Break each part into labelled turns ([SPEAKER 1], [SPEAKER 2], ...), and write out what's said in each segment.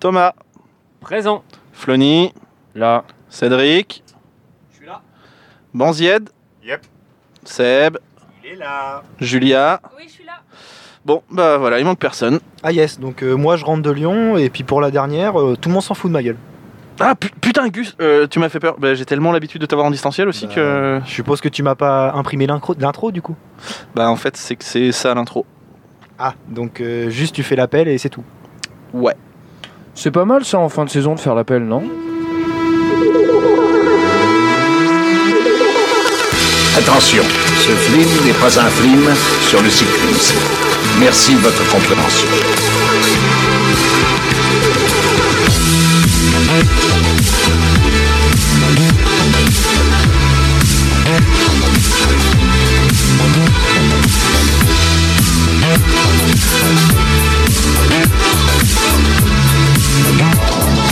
[SPEAKER 1] Thomas,
[SPEAKER 2] Présent.
[SPEAKER 1] Flony,
[SPEAKER 2] Là.
[SPEAKER 1] Cédric,
[SPEAKER 3] Je suis là.
[SPEAKER 1] Banzied,
[SPEAKER 3] Yep.
[SPEAKER 1] Seb,
[SPEAKER 3] Il est là.
[SPEAKER 1] Julia.
[SPEAKER 4] Oui, je suis là.
[SPEAKER 1] Bon, bah voilà, il manque personne.
[SPEAKER 5] Ah yes, donc euh, moi je rentre de Lyon et puis pour la dernière, euh, tout le monde s'en fout de ma gueule.
[SPEAKER 1] Ah pu- putain, Gus, euh, tu m'as fait peur. Bah, J'ai tellement l'habitude de t'avoir en distanciel aussi
[SPEAKER 5] Bah.
[SPEAKER 1] que.
[SPEAKER 5] Je suppose que tu m'as pas imprimé l'incro- l'intro du coup
[SPEAKER 1] Bah en fait, c'est que c'est ça l'intro.
[SPEAKER 5] Ah, donc euh, juste tu fais l'appel et c'est tout.
[SPEAKER 1] Ouais.
[SPEAKER 2] C'est pas mal ça en fin de saison de faire l'appel, non
[SPEAKER 6] Attention, ce film n'est pas un film sur le cyclisme. Merci de votre compréhension.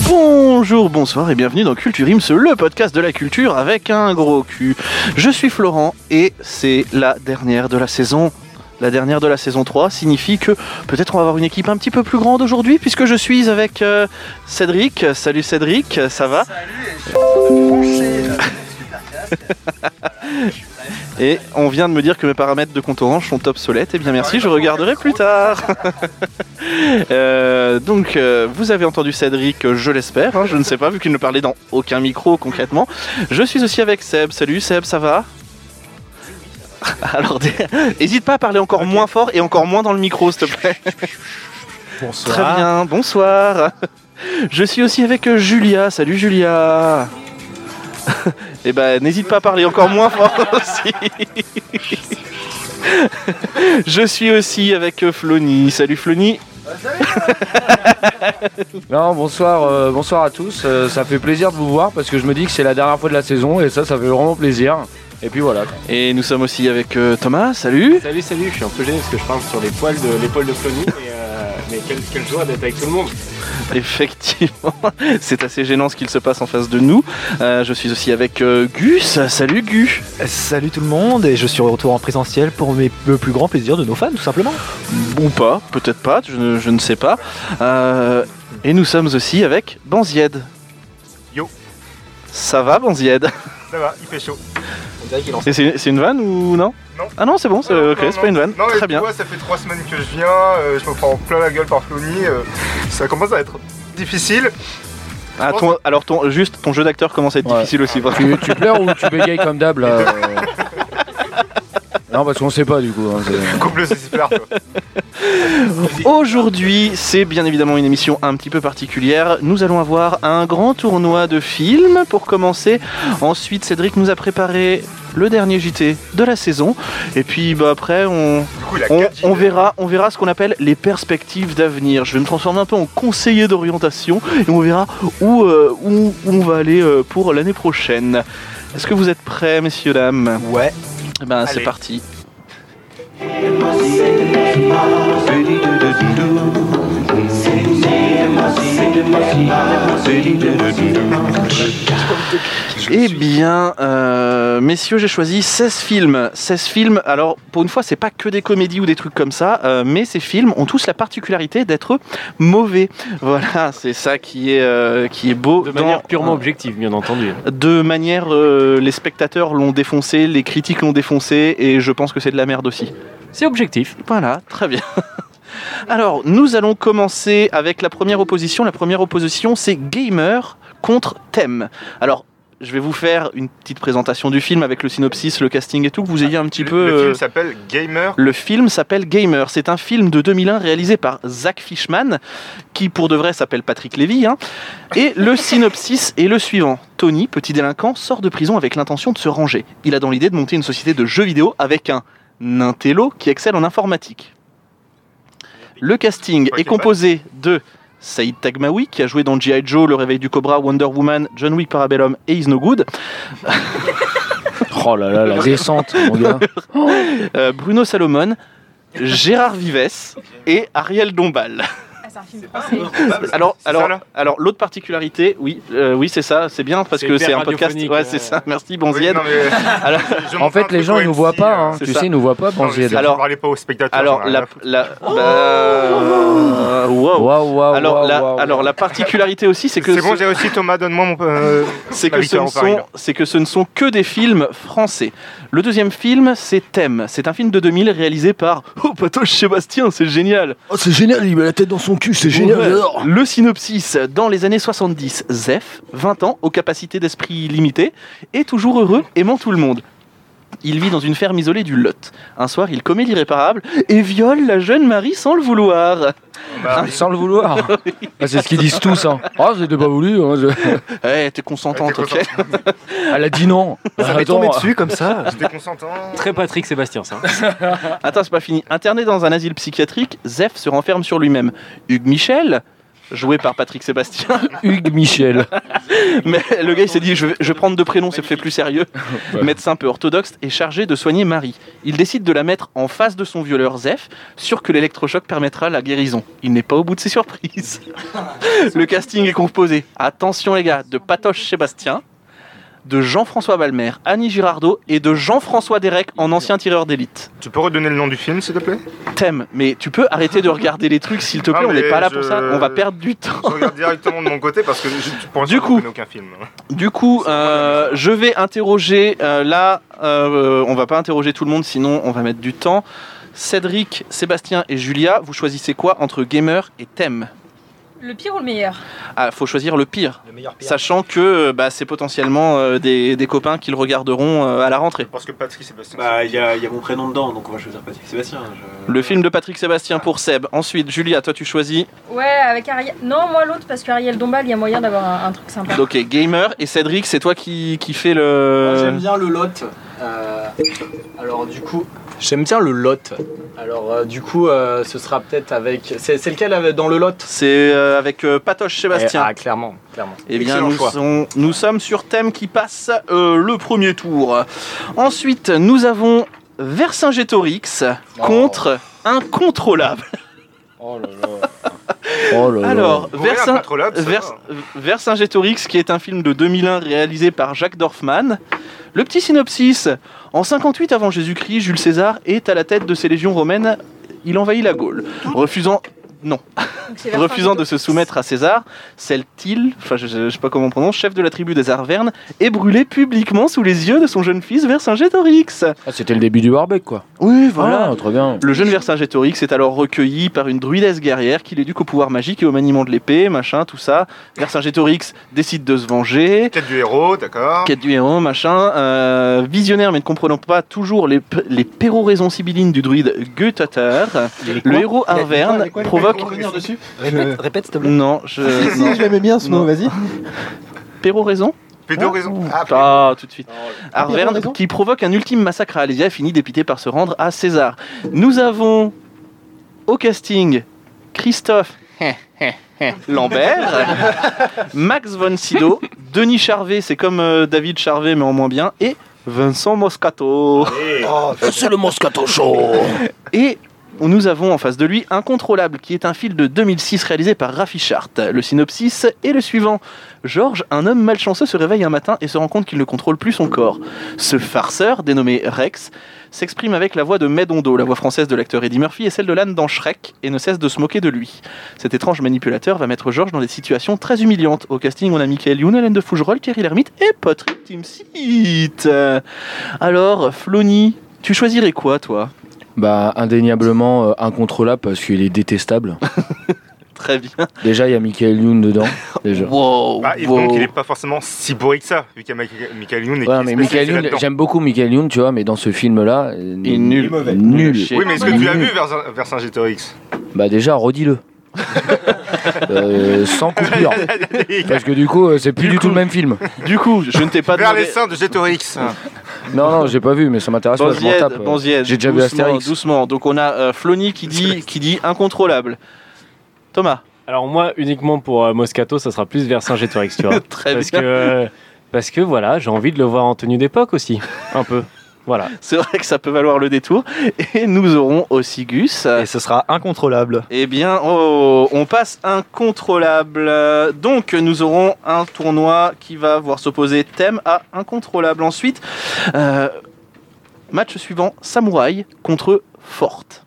[SPEAKER 1] Bonjour, bonsoir et bienvenue dans Culture Ims, le podcast de la culture avec un gros cul. Je suis Florent et c'est la dernière de la saison. La dernière de la saison 3 signifie que peut-être on va avoir une équipe un petit peu plus grande aujourd'hui puisque je suis avec euh, Cédric. Salut Cédric, ça va Et on vient de me dire que mes paramètres de compte orange sont obsolètes. Eh bien merci, je regarderai plus tard. Euh, donc euh, vous avez entendu Cédric, euh, je l'espère, hein, je ne sais pas, vu qu'il ne parlait dans aucun micro concrètement. Je suis aussi avec Seb. Salut Seb, ça va alors, n'hésite pas à parler encore moins fort et encore moins dans le micro, s'il te plaît.
[SPEAKER 5] Bonsoir.
[SPEAKER 1] Très bien, bonsoir. Je suis aussi avec euh, Julia. Salut Julia. Eh ben, n'hésite pas à parler encore moins fort aussi. Je suis aussi avec euh, Flony. Salut Flony.
[SPEAKER 2] Non, bonsoir, euh, bonsoir à tous. Euh, ça fait plaisir de vous voir parce que je me dis que c'est la dernière fois de la saison et ça, ça fait vraiment plaisir. Et puis voilà.
[SPEAKER 1] Et nous sommes aussi avec euh, Thomas. Salut.
[SPEAKER 3] Salut, salut. Je suis un peu gêné parce que je parle sur les poils de l'épaule de Flony. mais, euh, mais quelle, quelle joie d'être avec tout le monde.
[SPEAKER 1] Effectivement, c'est assez gênant ce qu'il se passe en face de nous. Euh, je suis aussi avec euh, Gus. Salut Gus.
[SPEAKER 5] Euh, Salut tout le monde et je suis de retour en présentiel pour mes- le plus grand plaisir de nos fans tout simplement.
[SPEAKER 1] Ou pas, peut-être pas, je ne, je ne sais pas. Euh, et nous sommes aussi avec Banzied.
[SPEAKER 3] Yo.
[SPEAKER 1] Ça va Banzied
[SPEAKER 3] Ça va, il fait chaud.
[SPEAKER 5] On dirait qu'il en
[SPEAKER 1] Et C'est c'est une vanne ou non
[SPEAKER 3] Non.
[SPEAKER 1] Ah non, c'est bon, c'est
[SPEAKER 3] Non,
[SPEAKER 1] ok,
[SPEAKER 3] non,
[SPEAKER 1] c'est pas une vanne.
[SPEAKER 7] Non mais
[SPEAKER 1] Très
[SPEAKER 7] tu
[SPEAKER 1] bien.
[SPEAKER 7] vois, ça fait trois semaines que je viens, euh, je me prends plein la gueule par Flony, euh, ça commence à être difficile.
[SPEAKER 1] Ah,
[SPEAKER 7] pense-
[SPEAKER 1] ton- alors ton, juste ton jeu d'acteur commence à être
[SPEAKER 2] Ouais.
[SPEAKER 1] difficile aussi. vraiment.
[SPEAKER 2] Tu, tu pleures ou tu bégayes comme d'hab là euh Non, parce qu'on sait pas du coup. hein, c'est-
[SPEAKER 7] Coupe le super.
[SPEAKER 1] Aujourd'hui, c'est bien évidemment une émission un petit peu particulière. Nous allons avoir un grand tournoi de films pour commencer. Ensuite, Cédric nous a préparé le dernier JT de la saison. Et puis bah, après, on,
[SPEAKER 7] Du coup, il a
[SPEAKER 1] on,
[SPEAKER 7] quatre
[SPEAKER 1] on
[SPEAKER 7] idées.
[SPEAKER 1] verra, on verra ce qu'on appelle les perspectives d'avenir. Je vais me transformer un peu en conseiller d'orientation et on verra où, euh, où on va aller euh, pour l'année prochaine. Est-ce que vous êtes prêts, messieurs, dames
[SPEAKER 5] Ouais.
[SPEAKER 1] Eh Ben, c'est
[SPEAKER 7] Allez.
[SPEAKER 1] parti. Eh bien, euh, messieurs, j'ai choisi 16 films. 16 films, alors pour une fois, c'est pas que des comédies ou des trucs comme ça, euh, mais ces films ont tous la particularité d'être mauvais. Voilà, c'est ça qui est, euh, qui est beau.
[SPEAKER 3] De manière
[SPEAKER 1] dans-
[SPEAKER 3] purement objective, bien entendu.
[SPEAKER 1] de manière, euh, les spectateurs l'ont défoncé, les critiques l'ont défoncé, et je pense que c'est de la merde aussi.
[SPEAKER 3] C'est objectif.
[SPEAKER 1] Voilà, très bien. Alors, nous allons commencer avec la première opposition. La première opposition, c'est Gamer contre Thème. Alors, je vais vous faire une petite présentation du film avec le synopsis, le casting et tout, que vous ayez un petit
[SPEAKER 7] Le-
[SPEAKER 1] peu...
[SPEAKER 7] Le
[SPEAKER 1] euh,
[SPEAKER 7] film s'appelle Gamer.
[SPEAKER 1] le film s'appelle Gamer. C'est un film de 2001 réalisé par Zach Fishman, qui pour de vrai s'appelle Patrick Lévy. hein. Et le synopsis est le suivant. Tony, petit délinquant, sort de prison avec l'intention de se ranger. Il a dans l'idée de monter une société de jeux vidéo avec un Nintello qui excelle en informatique. Le casting
[SPEAKER 7] Ok,
[SPEAKER 1] est composé de Saïd Tagmaoui, qui a joué dans G.I. Joe, Le Réveil du Cobra, Wonder Woman, John Wick Parabellum et Is No Good.
[SPEAKER 2] Oh là là, la descente, mon gars.
[SPEAKER 1] Euh, Bruno Salomon, Gérard Vives et Ariel Dombal.
[SPEAKER 4] Ah, c'est un film
[SPEAKER 3] pas
[SPEAKER 4] français.
[SPEAKER 3] improbable.
[SPEAKER 1] Alors,
[SPEAKER 3] C'est
[SPEAKER 1] alors,
[SPEAKER 3] ça, là
[SPEAKER 1] alors, l'autre particularité, oui, euh, oui, c'est ça, c'est bien parce
[SPEAKER 8] C'est
[SPEAKER 1] que
[SPEAKER 8] hyper
[SPEAKER 1] c'est un podcast.
[SPEAKER 8] radiophonique,
[SPEAKER 1] Ouais, c'est
[SPEAKER 8] euh.
[SPEAKER 1] ça. Merci,
[SPEAKER 7] Oui,
[SPEAKER 1] Bonzienne.
[SPEAKER 7] non, mais-
[SPEAKER 1] Alors-
[SPEAKER 7] je
[SPEAKER 2] En
[SPEAKER 7] montre un
[SPEAKER 2] fait, les
[SPEAKER 7] truc
[SPEAKER 2] gens,
[SPEAKER 7] au
[SPEAKER 2] ils nous
[SPEAKER 7] MC,
[SPEAKER 2] voient pas,
[SPEAKER 7] euh,
[SPEAKER 2] hein.
[SPEAKER 1] c'est
[SPEAKER 2] tu
[SPEAKER 1] ça.
[SPEAKER 2] sais, ils nous voient pas,
[SPEAKER 7] non, mais
[SPEAKER 2] Banzied.
[SPEAKER 7] c'est-
[SPEAKER 1] Alors-
[SPEAKER 7] je parlais pas aux spectateurs. hein.
[SPEAKER 1] Alors,
[SPEAKER 7] j'en ai
[SPEAKER 1] la,
[SPEAKER 7] rien à
[SPEAKER 1] la, bah, Oh, wow.
[SPEAKER 2] Waouh, waouh,
[SPEAKER 1] Alors,
[SPEAKER 2] waouh,
[SPEAKER 1] la,
[SPEAKER 2] waouh.
[SPEAKER 1] alors la particularité aussi, c'est que
[SPEAKER 7] C'est bon,
[SPEAKER 1] ce-
[SPEAKER 7] j'ai réussi Thomas, donne-moi mon. euh,
[SPEAKER 1] c'est
[SPEAKER 7] ma
[SPEAKER 1] que, ce
[SPEAKER 7] victoire
[SPEAKER 1] ne
[SPEAKER 7] au pari,
[SPEAKER 1] sont,
[SPEAKER 7] là.
[SPEAKER 1] c'est que ce ne sont que des films français. Le deuxième film, c'est Thème. C'est un film de 2000 réalisé par Oh Patoche Sébastien, c'est génial.
[SPEAKER 9] Oh, c'est génial, il met la tête dans son cul, c'est génial,
[SPEAKER 1] Ouais.
[SPEAKER 9] j'adore.
[SPEAKER 1] Le synopsis, dans les années 70, Zef, 20 ans, aux capacités d'esprit limitées, est toujours heureux, aimant tout le monde. Il vit dans une ferme isolée du Lot. Un soir, il commet l'irréparable et viole la jeune Marie sans le vouloir.
[SPEAKER 7] bah,
[SPEAKER 2] Ah, Sans le vouloir. Ah, c'est ce qu'ils disent tous. Hein. Ah, c'était pas voulu. hein, je-
[SPEAKER 1] Eh, t'es consentante,
[SPEAKER 7] T'es
[SPEAKER 1] ok
[SPEAKER 2] Elle a dit non.
[SPEAKER 5] Ça m'est tombé dessus comme ça.
[SPEAKER 7] J'étais consentant.
[SPEAKER 8] Très Patrick Sébastien, ça.
[SPEAKER 1] Attends, c'est pas fini. Interné dans un asile psychiatrique, Zef se renferme sur lui-même. Hugues Michel joué par Patrick Sébastien,
[SPEAKER 2] Hugues Michel.
[SPEAKER 1] mais le gars il s'est dit je vais, je vais prendre deux prénoms, ça fait plus sérieux. Médecin peu orthodoxe est chargé de soigner Marie. Il décide de la mettre en face de son violeur Zef, sûr que l'électrochoc permettra la guérison. Il n'est pas au bout de ses surprises. Le casting est composé, attention les gars, de Patoche Sébastien, de Jean-François Balmer, Annie Girardot et de Jean-François Derek en ancien tireur d'élite.
[SPEAKER 7] Tu peux redonner le nom du film, s'il te plaît
[SPEAKER 1] Thème, mais tu peux arrêter de regarder les trucs, s'il te
[SPEAKER 7] Non,
[SPEAKER 1] plaît, on
[SPEAKER 7] mais
[SPEAKER 1] n'est pas là
[SPEAKER 7] je-
[SPEAKER 1] pour ça, on va perdre du temps.
[SPEAKER 7] Je regarde directement de mon côté parce que je, pour
[SPEAKER 1] Du
[SPEAKER 7] l'instant, je
[SPEAKER 1] coup.
[SPEAKER 7] ne connais aucun film. hein.
[SPEAKER 1] Du coup, euh, je vais interroger, euh, là, euh, on va pas interroger tout le monde, sinon on va mettre du temps. Cédric, Sébastien et Julia, vous choisissez quoi entre gamer et thème
[SPEAKER 4] Le pire ou le meilleur
[SPEAKER 1] Ah, faut choisir le pire, sachant que euh, bah, c'est potentiellement euh, des, des copains qui le regarderont euh, à la rentrée.
[SPEAKER 7] Parce que Patrick Sébastien.
[SPEAKER 8] Bah, il y, a il y a mon prénom dedans, donc on va choisir Patrick Sébastien. je-
[SPEAKER 1] Le film de Patrick Sébastien pour Seb. Ensuite, Julia, toi tu choisis.
[SPEAKER 4] Ouais, avec Ariel. Non, moi l'autre, parce qu'Ariel Dombal, il y a moyen d'avoir un, un truc sympa.
[SPEAKER 1] Ok, gamer et Cédric, c'est toi qui, qui fais
[SPEAKER 8] Moi, Ah, J'aime
[SPEAKER 1] le.
[SPEAKER 8] bien le lot. euh, alors du coup, j'aime bien le lot. Alors euh, du coup, euh, ce sera peut-être avec. C'est c'est lequel euh, dans le lot
[SPEAKER 1] C'est euh, avec euh, Patoche Sébastien.
[SPEAKER 8] Ah clairement, clairement.
[SPEAKER 1] Eh bien,
[SPEAKER 8] Excellent
[SPEAKER 1] nous,
[SPEAKER 8] choix.
[SPEAKER 1] sont- nous sommes sur thème qui passe euh, le premier tour. Ensuite, nous avons Vercingétorix
[SPEAKER 8] Oh.
[SPEAKER 1] contre Incontrôlable.
[SPEAKER 2] Oh là là. Oh là là.
[SPEAKER 1] Alors,
[SPEAKER 7] Versin.
[SPEAKER 1] Vercin- Vers- Vercingétorix, qui est un film de 2001 réalisé par Jacques Dorfman. Le petit synopsis. En 58 avant Jésus-Christ, Jules César est à la tête de ses légions romaines. Il envahit la Gaule, refusant
[SPEAKER 4] Donc, c'est
[SPEAKER 1] refusant de se soumettre à César, Celtil, enfin je, je- je sais pas comment on prononce, chef de la tribu des Arvernes, est brûlé publiquement sous les yeux de son jeune fils Vercingétorix.
[SPEAKER 2] Ah, c'était le début du barbecue, quoi.
[SPEAKER 1] Oui,
[SPEAKER 2] Ah, trop bien.
[SPEAKER 1] Le jeune Vercingétorix est alors recueilli par une druidesse guerrière qui l'éduque au pouvoir magique et au maniement de l'épée, machin, tout ça. Vercingétorix décide de se venger.
[SPEAKER 7] Quête du héros, d'accord.
[SPEAKER 1] Quête du héros, machin, euh, visionnaire mais ne comprenant pas toujours les, p- les péroraisons sibyllines du druide Götater, le héros Arverne provoque...
[SPEAKER 5] dessus Répète, répète s'il te plaît.
[SPEAKER 1] Non, je... non.
[SPEAKER 5] Si, je l'aimais bien ce
[SPEAKER 1] Non.
[SPEAKER 5] nom, vas-y.
[SPEAKER 1] Péroraison
[SPEAKER 7] Pédoraison. Ah,
[SPEAKER 1] Pas tout de suite.
[SPEAKER 5] Pierre,
[SPEAKER 1] Arverne,
[SPEAKER 5] Ah, raison.
[SPEAKER 1] qui provoque un ultime massacre à Alésia, finit dépité par se rendre à César. Nous avons au casting Christophe Lambert, Max von Sydow, Denis Charvet, c'est comme euh, David Charvet mais en moins bien, et Vincent Moscato.
[SPEAKER 9] c'est le Moscato Show.
[SPEAKER 1] Et nous avons en face de lui Incontrôlable, qui est un film de 2006 réalisé par Raffi Chart. Le synopsis est le suivant. Georges, un homme malchanceux, se réveille un matin et se rend compte qu'il ne contrôle plus son corps. Ce farceur, dénommé Rex, s'exprime avec la voix de Medondo, la voix française de l'acteur Eddie Murphy, et celle de l'âne dans Shrek, et ne cesse de se moquer de lui. Cet étrange manipulateur va mettre Georges dans des situations très humiliantes. Au casting, on a Michael Youn, Hélène de Fougerolles, Thierry Lhermitte et Patrick Timsit. Euh, Alors, Flony, tu choisirais quoi, toi
[SPEAKER 2] Bah, indéniablement euh, incontrôlable parce qu'il est détestable.
[SPEAKER 1] Très bien.
[SPEAKER 2] Déjà, il y a Michael Youn dedans. Déjà. Oh,
[SPEAKER 1] Wow,
[SPEAKER 7] Bah, et
[SPEAKER 1] wow.
[SPEAKER 7] donc il est pas forcément si bourré que ça, vu qu'il y a Michael- Michael Youn
[SPEAKER 2] Ouais,
[SPEAKER 7] et qu'il est
[SPEAKER 2] mais Michael
[SPEAKER 7] spécialisé
[SPEAKER 2] Youn,
[SPEAKER 7] là-dedans.
[SPEAKER 2] j'aime beaucoup Michael Youn, tu vois, mais dans ce film-là, euh,
[SPEAKER 1] Il est nul.
[SPEAKER 2] Nul.
[SPEAKER 1] Chier.
[SPEAKER 7] Oui, mais est-ce que tu l'as
[SPEAKER 2] Nul.
[SPEAKER 7] vu vers, vers Saint-Gétorix
[SPEAKER 2] Bah déjà, redis-le. Euh, sans coupure. Parce que du coup, euh, c'est plus
[SPEAKER 1] Du
[SPEAKER 2] du,
[SPEAKER 1] coup.
[SPEAKER 2] tout le même film.
[SPEAKER 1] Du coup, je ne t'ai pas
[SPEAKER 7] Vers les
[SPEAKER 1] demandé...
[SPEAKER 7] seins de Gétorix.
[SPEAKER 2] Non, non, j'ai pas vu, mais ça m'intéresse pas, je m'en
[SPEAKER 1] Bonzied,
[SPEAKER 2] tape. euh,
[SPEAKER 1] Bonzied,
[SPEAKER 2] J'ai déjà vu
[SPEAKER 1] doucement,
[SPEAKER 2] Astérix.
[SPEAKER 1] Doucement, donc on a euh, Flony qui dit, qui dit incontrôlable. Thomas,
[SPEAKER 8] Alors moi, uniquement pour euh, Moscato, ça sera plus vers
[SPEAKER 2] Ah,
[SPEAKER 8] Saint-Gétorix, tu vois.
[SPEAKER 1] très
[SPEAKER 8] parce que
[SPEAKER 1] bien.
[SPEAKER 8] euh, parce que voilà, j'ai envie de le voir en tenue d'époque aussi, un peu.
[SPEAKER 2] Voilà.
[SPEAKER 1] C'est vrai que ça peut valoir le détour. Et nous aurons aussi Gus.
[SPEAKER 5] Et ce sera incontrôlable.
[SPEAKER 1] Eh bien, oh, on passe incontrôlable. Euh, Donc, nous aurons un tournoi qui va voir s'opposer thème à incontrôlable. Ensuite, euh, match suivant Samouraï contre Forte.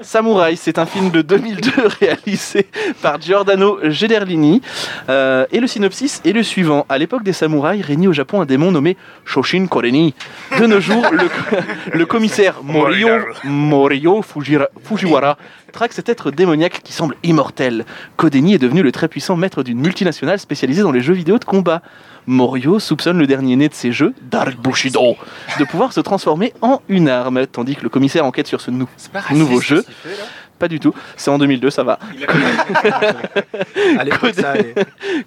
[SPEAKER 1] Samouraï, c'est un film de 2002 réalisé par Giordano Gederlini. Euh, et le synopsis est le suivant. À l'époque des samouraïs, régnait au Japon un démon nommé Shoshin Koreni. De nos jours, le, le commissaire Morio, Morio Fujira- Fujiwara traque cet être démoniaque qui semble immortel. Kodeni est devenu le très puissant maître d'une multinationale spécialisée dans les jeux vidéo de combat. Morio soupçonne le dernier né de ces jeux, Dark Bushido, de pouvoir se transformer en une arme, tandis que le commissaire enquête sur ce nou-
[SPEAKER 3] C'est pas
[SPEAKER 1] nouveau
[SPEAKER 3] ce
[SPEAKER 1] jeu.
[SPEAKER 3] qu'il fait, là
[SPEAKER 1] Pas du tout, c'est en 2002, ça va.
[SPEAKER 3] Il a quand même-
[SPEAKER 5] Allez, ça, allez.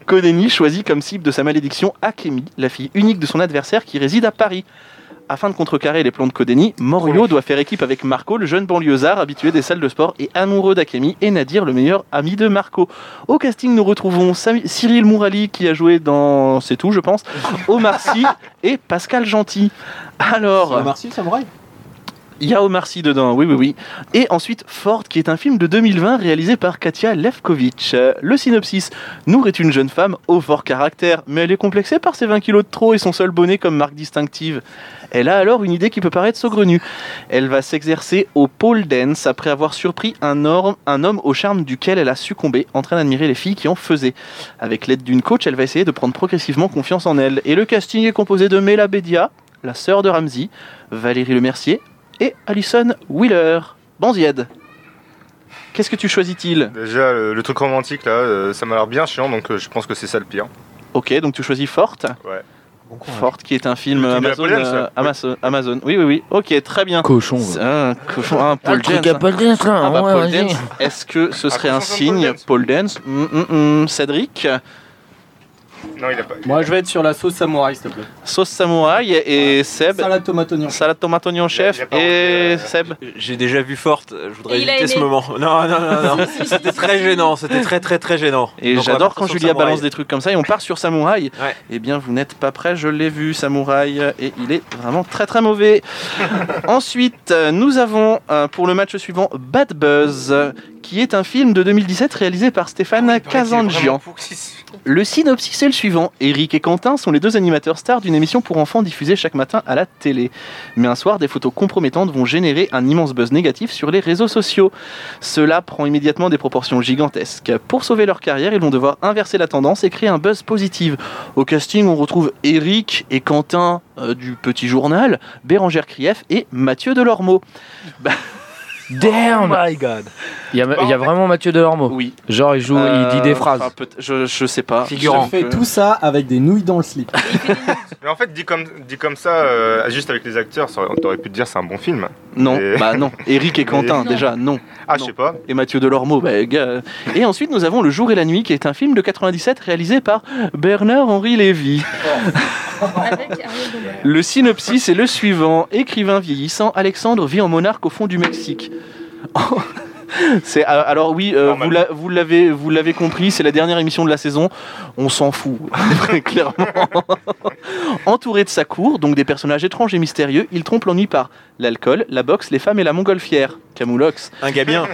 [SPEAKER 1] Kodeni choisit comme cible de sa malédiction Akemi, la fille unique de son adversaire qui réside à Paris. Afin de contrecarrer les plans de Kodeni, Morio doit faire équipe avec Marco, le jeune banlieusard habitué des salles de sport et amoureux d'Akemi, et Nadir, le meilleur ami de Marco. Au casting, nous retrouvons Sami- Cyril Mourali qui a joué dans C'est tout, je pense, Omar Sy et Pascal Gentil. Alors.
[SPEAKER 8] Merci le samouraï.
[SPEAKER 1] Il y a Omar Sy dedans, oui, oui, oui. Et ensuite, Ford, qui est un film de 2020 réalisé par Katia Lefkovitch. Euh, Le synopsis Nour est une jeune femme au fort caractère, mais elle est complexée par ses 20 kilos de trop et son seul bonnet comme marque distinctive. Elle a alors une idée qui peut paraître saugrenue. Elle va s'exercer au pole dance après avoir surpris un, or- un homme au charme duquel elle a succombé, en train d'admirer les filles qui en faisaient. Avec l'aide d'une coach, elle va essayer de prendre progressivement confiance en elle. Et le casting est composé de Mela Bedia, la sœur de Ramsey, Valérie Lemercier, et Alison Wheeler. Banzied. Qu'est-ce que tu choisis-t-il
[SPEAKER 7] Déjà, le, le truc romantique là, euh, ça m'a l'air bien chiant, donc euh, je pense que c'est ça le pire.
[SPEAKER 1] Ok, donc tu choisis Forte.
[SPEAKER 7] Ouais.
[SPEAKER 1] Forte qui est un film
[SPEAKER 7] Le film de la
[SPEAKER 1] Amazon,
[SPEAKER 7] pole dance,
[SPEAKER 1] euh,
[SPEAKER 7] oui.
[SPEAKER 1] Amazon. Amazon. Oui, oui, oui. Ok, très bien.
[SPEAKER 2] Cochon.
[SPEAKER 1] C'est Un cochon, un pole dance, hein. Ah bah, pole dance, Est-ce que ce serait un
[SPEAKER 7] Attention, pole
[SPEAKER 1] signe
[SPEAKER 7] dance.
[SPEAKER 1] Pole dance Hum, hum, hum. Cédric,
[SPEAKER 7] Non, il a pas.
[SPEAKER 8] Moi, je vais être sur la sauce samouraï, s'il te plaît.
[SPEAKER 1] sauce samouraï et Seb.
[SPEAKER 8] Salade tomate oignon.
[SPEAKER 1] Salade tomate oignon chef
[SPEAKER 7] Il a pas
[SPEAKER 1] et
[SPEAKER 7] enlevé, euh,
[SPEAKER 1] Seb.
[SPEAKER 10] J'ai déjà vu Forte, je voudrais
[SPEAKER 4] Et il a
[SPEAKER 10] éviter ce
[SPEAKER 4] aimé.
[SPEAKER 10] moment. Non, non, non, non.
[SPEAKER 4] Si, si,
[SPEAKER 10] C'était
[SPEAKER 4] si,
[SPEAKER 10] très
[SPEAKER 4] si.
[SPEAKER 10] gênant, c'était très très très gênant.
[SPEAKER 1] Et
[SPEAKER 10] Donc, on va
[SPEAKER 1] j'adore
[SPEAKER 10] partir
[SPEAKER 1] quand
[SPEAKER 10] sur
[SPEAKER 1] Julia
[SPEAKER 10] Samouraï.
[SPEAKER 1] balance des trucs comme ça et on part sur Samouraï.
[SPEAKER 10] Ouais.
[SPEAKER 1] Eh bien, vous n'êtes pas prêts, je l'ai vu, Samouraï, et il est vraiment très très mauvais. Ensuite, euh, nous avons euh, pour le match suivant Bad Buzz, euh, qui est un film de 2017 réalisé par Stéphane Kazanjian. Le synopsis est le suivant. Eric et Quentin sont les deux animateurs stars d'une émission pour enfants diffusée chaque matin à la télé. Mais un soir, des photos compromettantes vont générer un immense buzz négatif sur les réseaux sociaux. Cela prend immédiatement des proportions gigantesques. Pour sauver leur carrière, ils vont devoir inverser la tendance et créer un buzz positif. Au casting, on retrouve Eric et Quentin euh, du Petit Journal, Bérangère Krief et Mathieu Delormeau.
[SPEAKER 5] Oh
[SPEAKER 2] Damn
[SPEAKER 5] my god.
[SPEAKER 2] Il y a, il y a vraiment Mathieu Delormeau.
[SPEAKER 1] Oui.
[SPEAKER 2] Genre, il joue, il
[SPEAKER 1] Euh,
[SPEAKER 2] dit des phrases.
[SPEAKER 1] je, je sais pas.
[SPEAKER 10] Figurant.
[SPEAKER 8] Je fais tout ça avec des nouilles dans le slip.
[SPEAKER 7] Mais en fait, dit comme, dit comme ça, euh, juste avec les acteurs, ça aurait- t'aurais pu te dire c'est un bon film.
[SPEAKER 1] Non,
[SPEAKER 7] Et-
[SPEAKER 1] bah non. Eric et Quentin,
[SPEAKER 4] Non.
[SPEAKER 1] déjà, non.
[SPEAKER 7] Ah,
[SPEAKER 1] Non.
[SPEAKER 7] je sais pas.
[SPEAKER 1] et Mathieu Delormeau. bah, gars. Et ensuite, nous avons Le Jour et la Nuit, qui est un film de 97 réalisé par Bernard-Henri Lévy.
[SPEAKER 4] Avec Ariel Dombal.
[SPEAKER 1] Le synopsis est le suivant. Écrivain vieillissant, Alexandre vit en monarque au fond du Mexique. C'est, euh, alors oui, euh,
[SPEAKER 7] Normal.
[SPEAKER 1] vous, la- vous l'avez, vous l'avez compris, c'est la dernière émission de la saison. On s'en fout, très clairement. Entouré de sa cour, donc des personnages étranges et mystérieux, il trompe l'ennui par l'alcool, la boxe, les femmes et la montgolfière. Camoulox.
[SPEAKER 10] Un gars bien.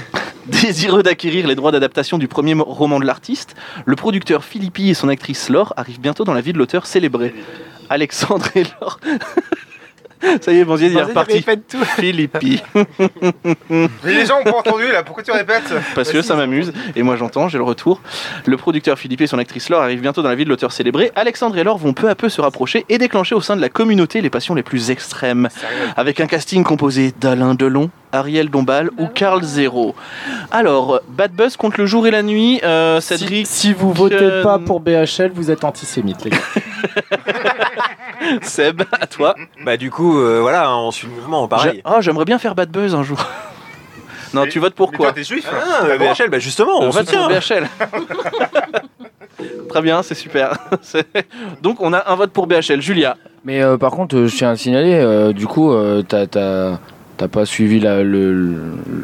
[SPEAKER 1] Désireux d'acquérir les droits d'adaptation du premier mo- roman de l'artiste, le producteur Philippi et son actrice Laure arrivent bientôt dans la vie de l'auteur célébré. Alexandre et Laure. Ça y est, bon, il est reparti. Philippi.
[SPEAKER 7] Mais les gens ont pas entendu là, pourquoi tu répètes Bah,
[SPEAKER 1] Parce que ça m'amuse, et moi j'entends, j'ai le retour. Le producteur Philippe et son actrice Laure arrivent bientôt dans la vie de l'auteur célébré. Alexandre et Laure vont peu à peu se rapprocher et déclencher au sein de la communauté les passions les plus extrêmes. Avec un casting composé d'Alain Delon, Ariel Dombal ou Carl Zéro. Alors, Bad Buzz contre le jour et la nuit, euh, Cédric.
[SPEAKER 8] si, si vous votez pas pour BHL, vous êtes antisémite, les gars.
[SPEAKER 1] Seb, à toi.
[SPEAKER 10] Bah du coup, euh, voilà, hein, on suit le mouvement,
[SPEAKER 1] J'ai-
[SPEAKER 10] pareil.
[SPEAKER 1] Oh, j'aimerais bien faire Bad Buzz un jour. non,
[SPEAKER 7] Mais-
[SPEAKER 1] tu votes
[SPEAKER 7] Mais
[SPEAKER 1] pour
[SPEAKER 7] toi,
[SPEAKER 1] quoi
[SPEAKER 7] t'es juif
[SPEAKER 10] Ah,
[SPEAKER 7] Bah,
[SPEAKER 10] BHL, bah justement, on
[SPEAKER 5] Euh,
[SPEAKER 1] On vote pour
[SPEAKER 10] soutient.
[SPEAKER 1] BHL. Très bien, c'est super. C'est- Donc on a un vote pour BHL. Julia.
[SPEAKER 2] Mais euh, par contre, euh, je tiens à signaler, euh, du coup, euh, t'as, t'as- t'as t'as pas suivi la, le, le-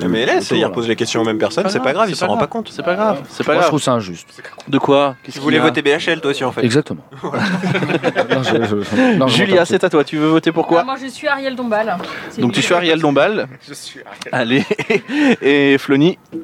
[SPEAKER 10] Mais
[SPEAKER 2] le
[SPEAKER 10] laisse,
[SPEAKER 2] tour,
[SPEAKER 10] il
[SPEAKER 2] là.
[SPEAKER 10] repose les questions aux mêmes personnes, c'est pas grave, ils s'en rendent pas compte.
[SPEAKER 1] C'est pas grave, c'est pas
[SPEAKER 2] Bah, Moi, je
[SPEAKER 1] grave.
[SPEAKER 2] trouve ça injuste.
[SPEAKER 1] De quoi
[SPEAKER 10] Tu voulais voter BHL toi aussi en fait.
[SPEAKER 2] Exactement. Non, je- je- je- non, je
[SPEAKER 1] Julia,
[SPEAKER 2] m'en
[SPEAKER 1] c'est à toi, tu veux voter pour
[SPEAKER 4] Ah,
[SPEAKER 1] quoi
[SPEAKER 4] Moi, je suis Ariel Dombal. C'est
[SPEAKER 1] Donc
[SPEAKER 4] lui.
[SPEAKER 1] tu suis Ariel Dombal,
[SPEAKER 7] Je suis
[SPEAKER 1] allez, et Flony,
[SPEAKER 2] tape.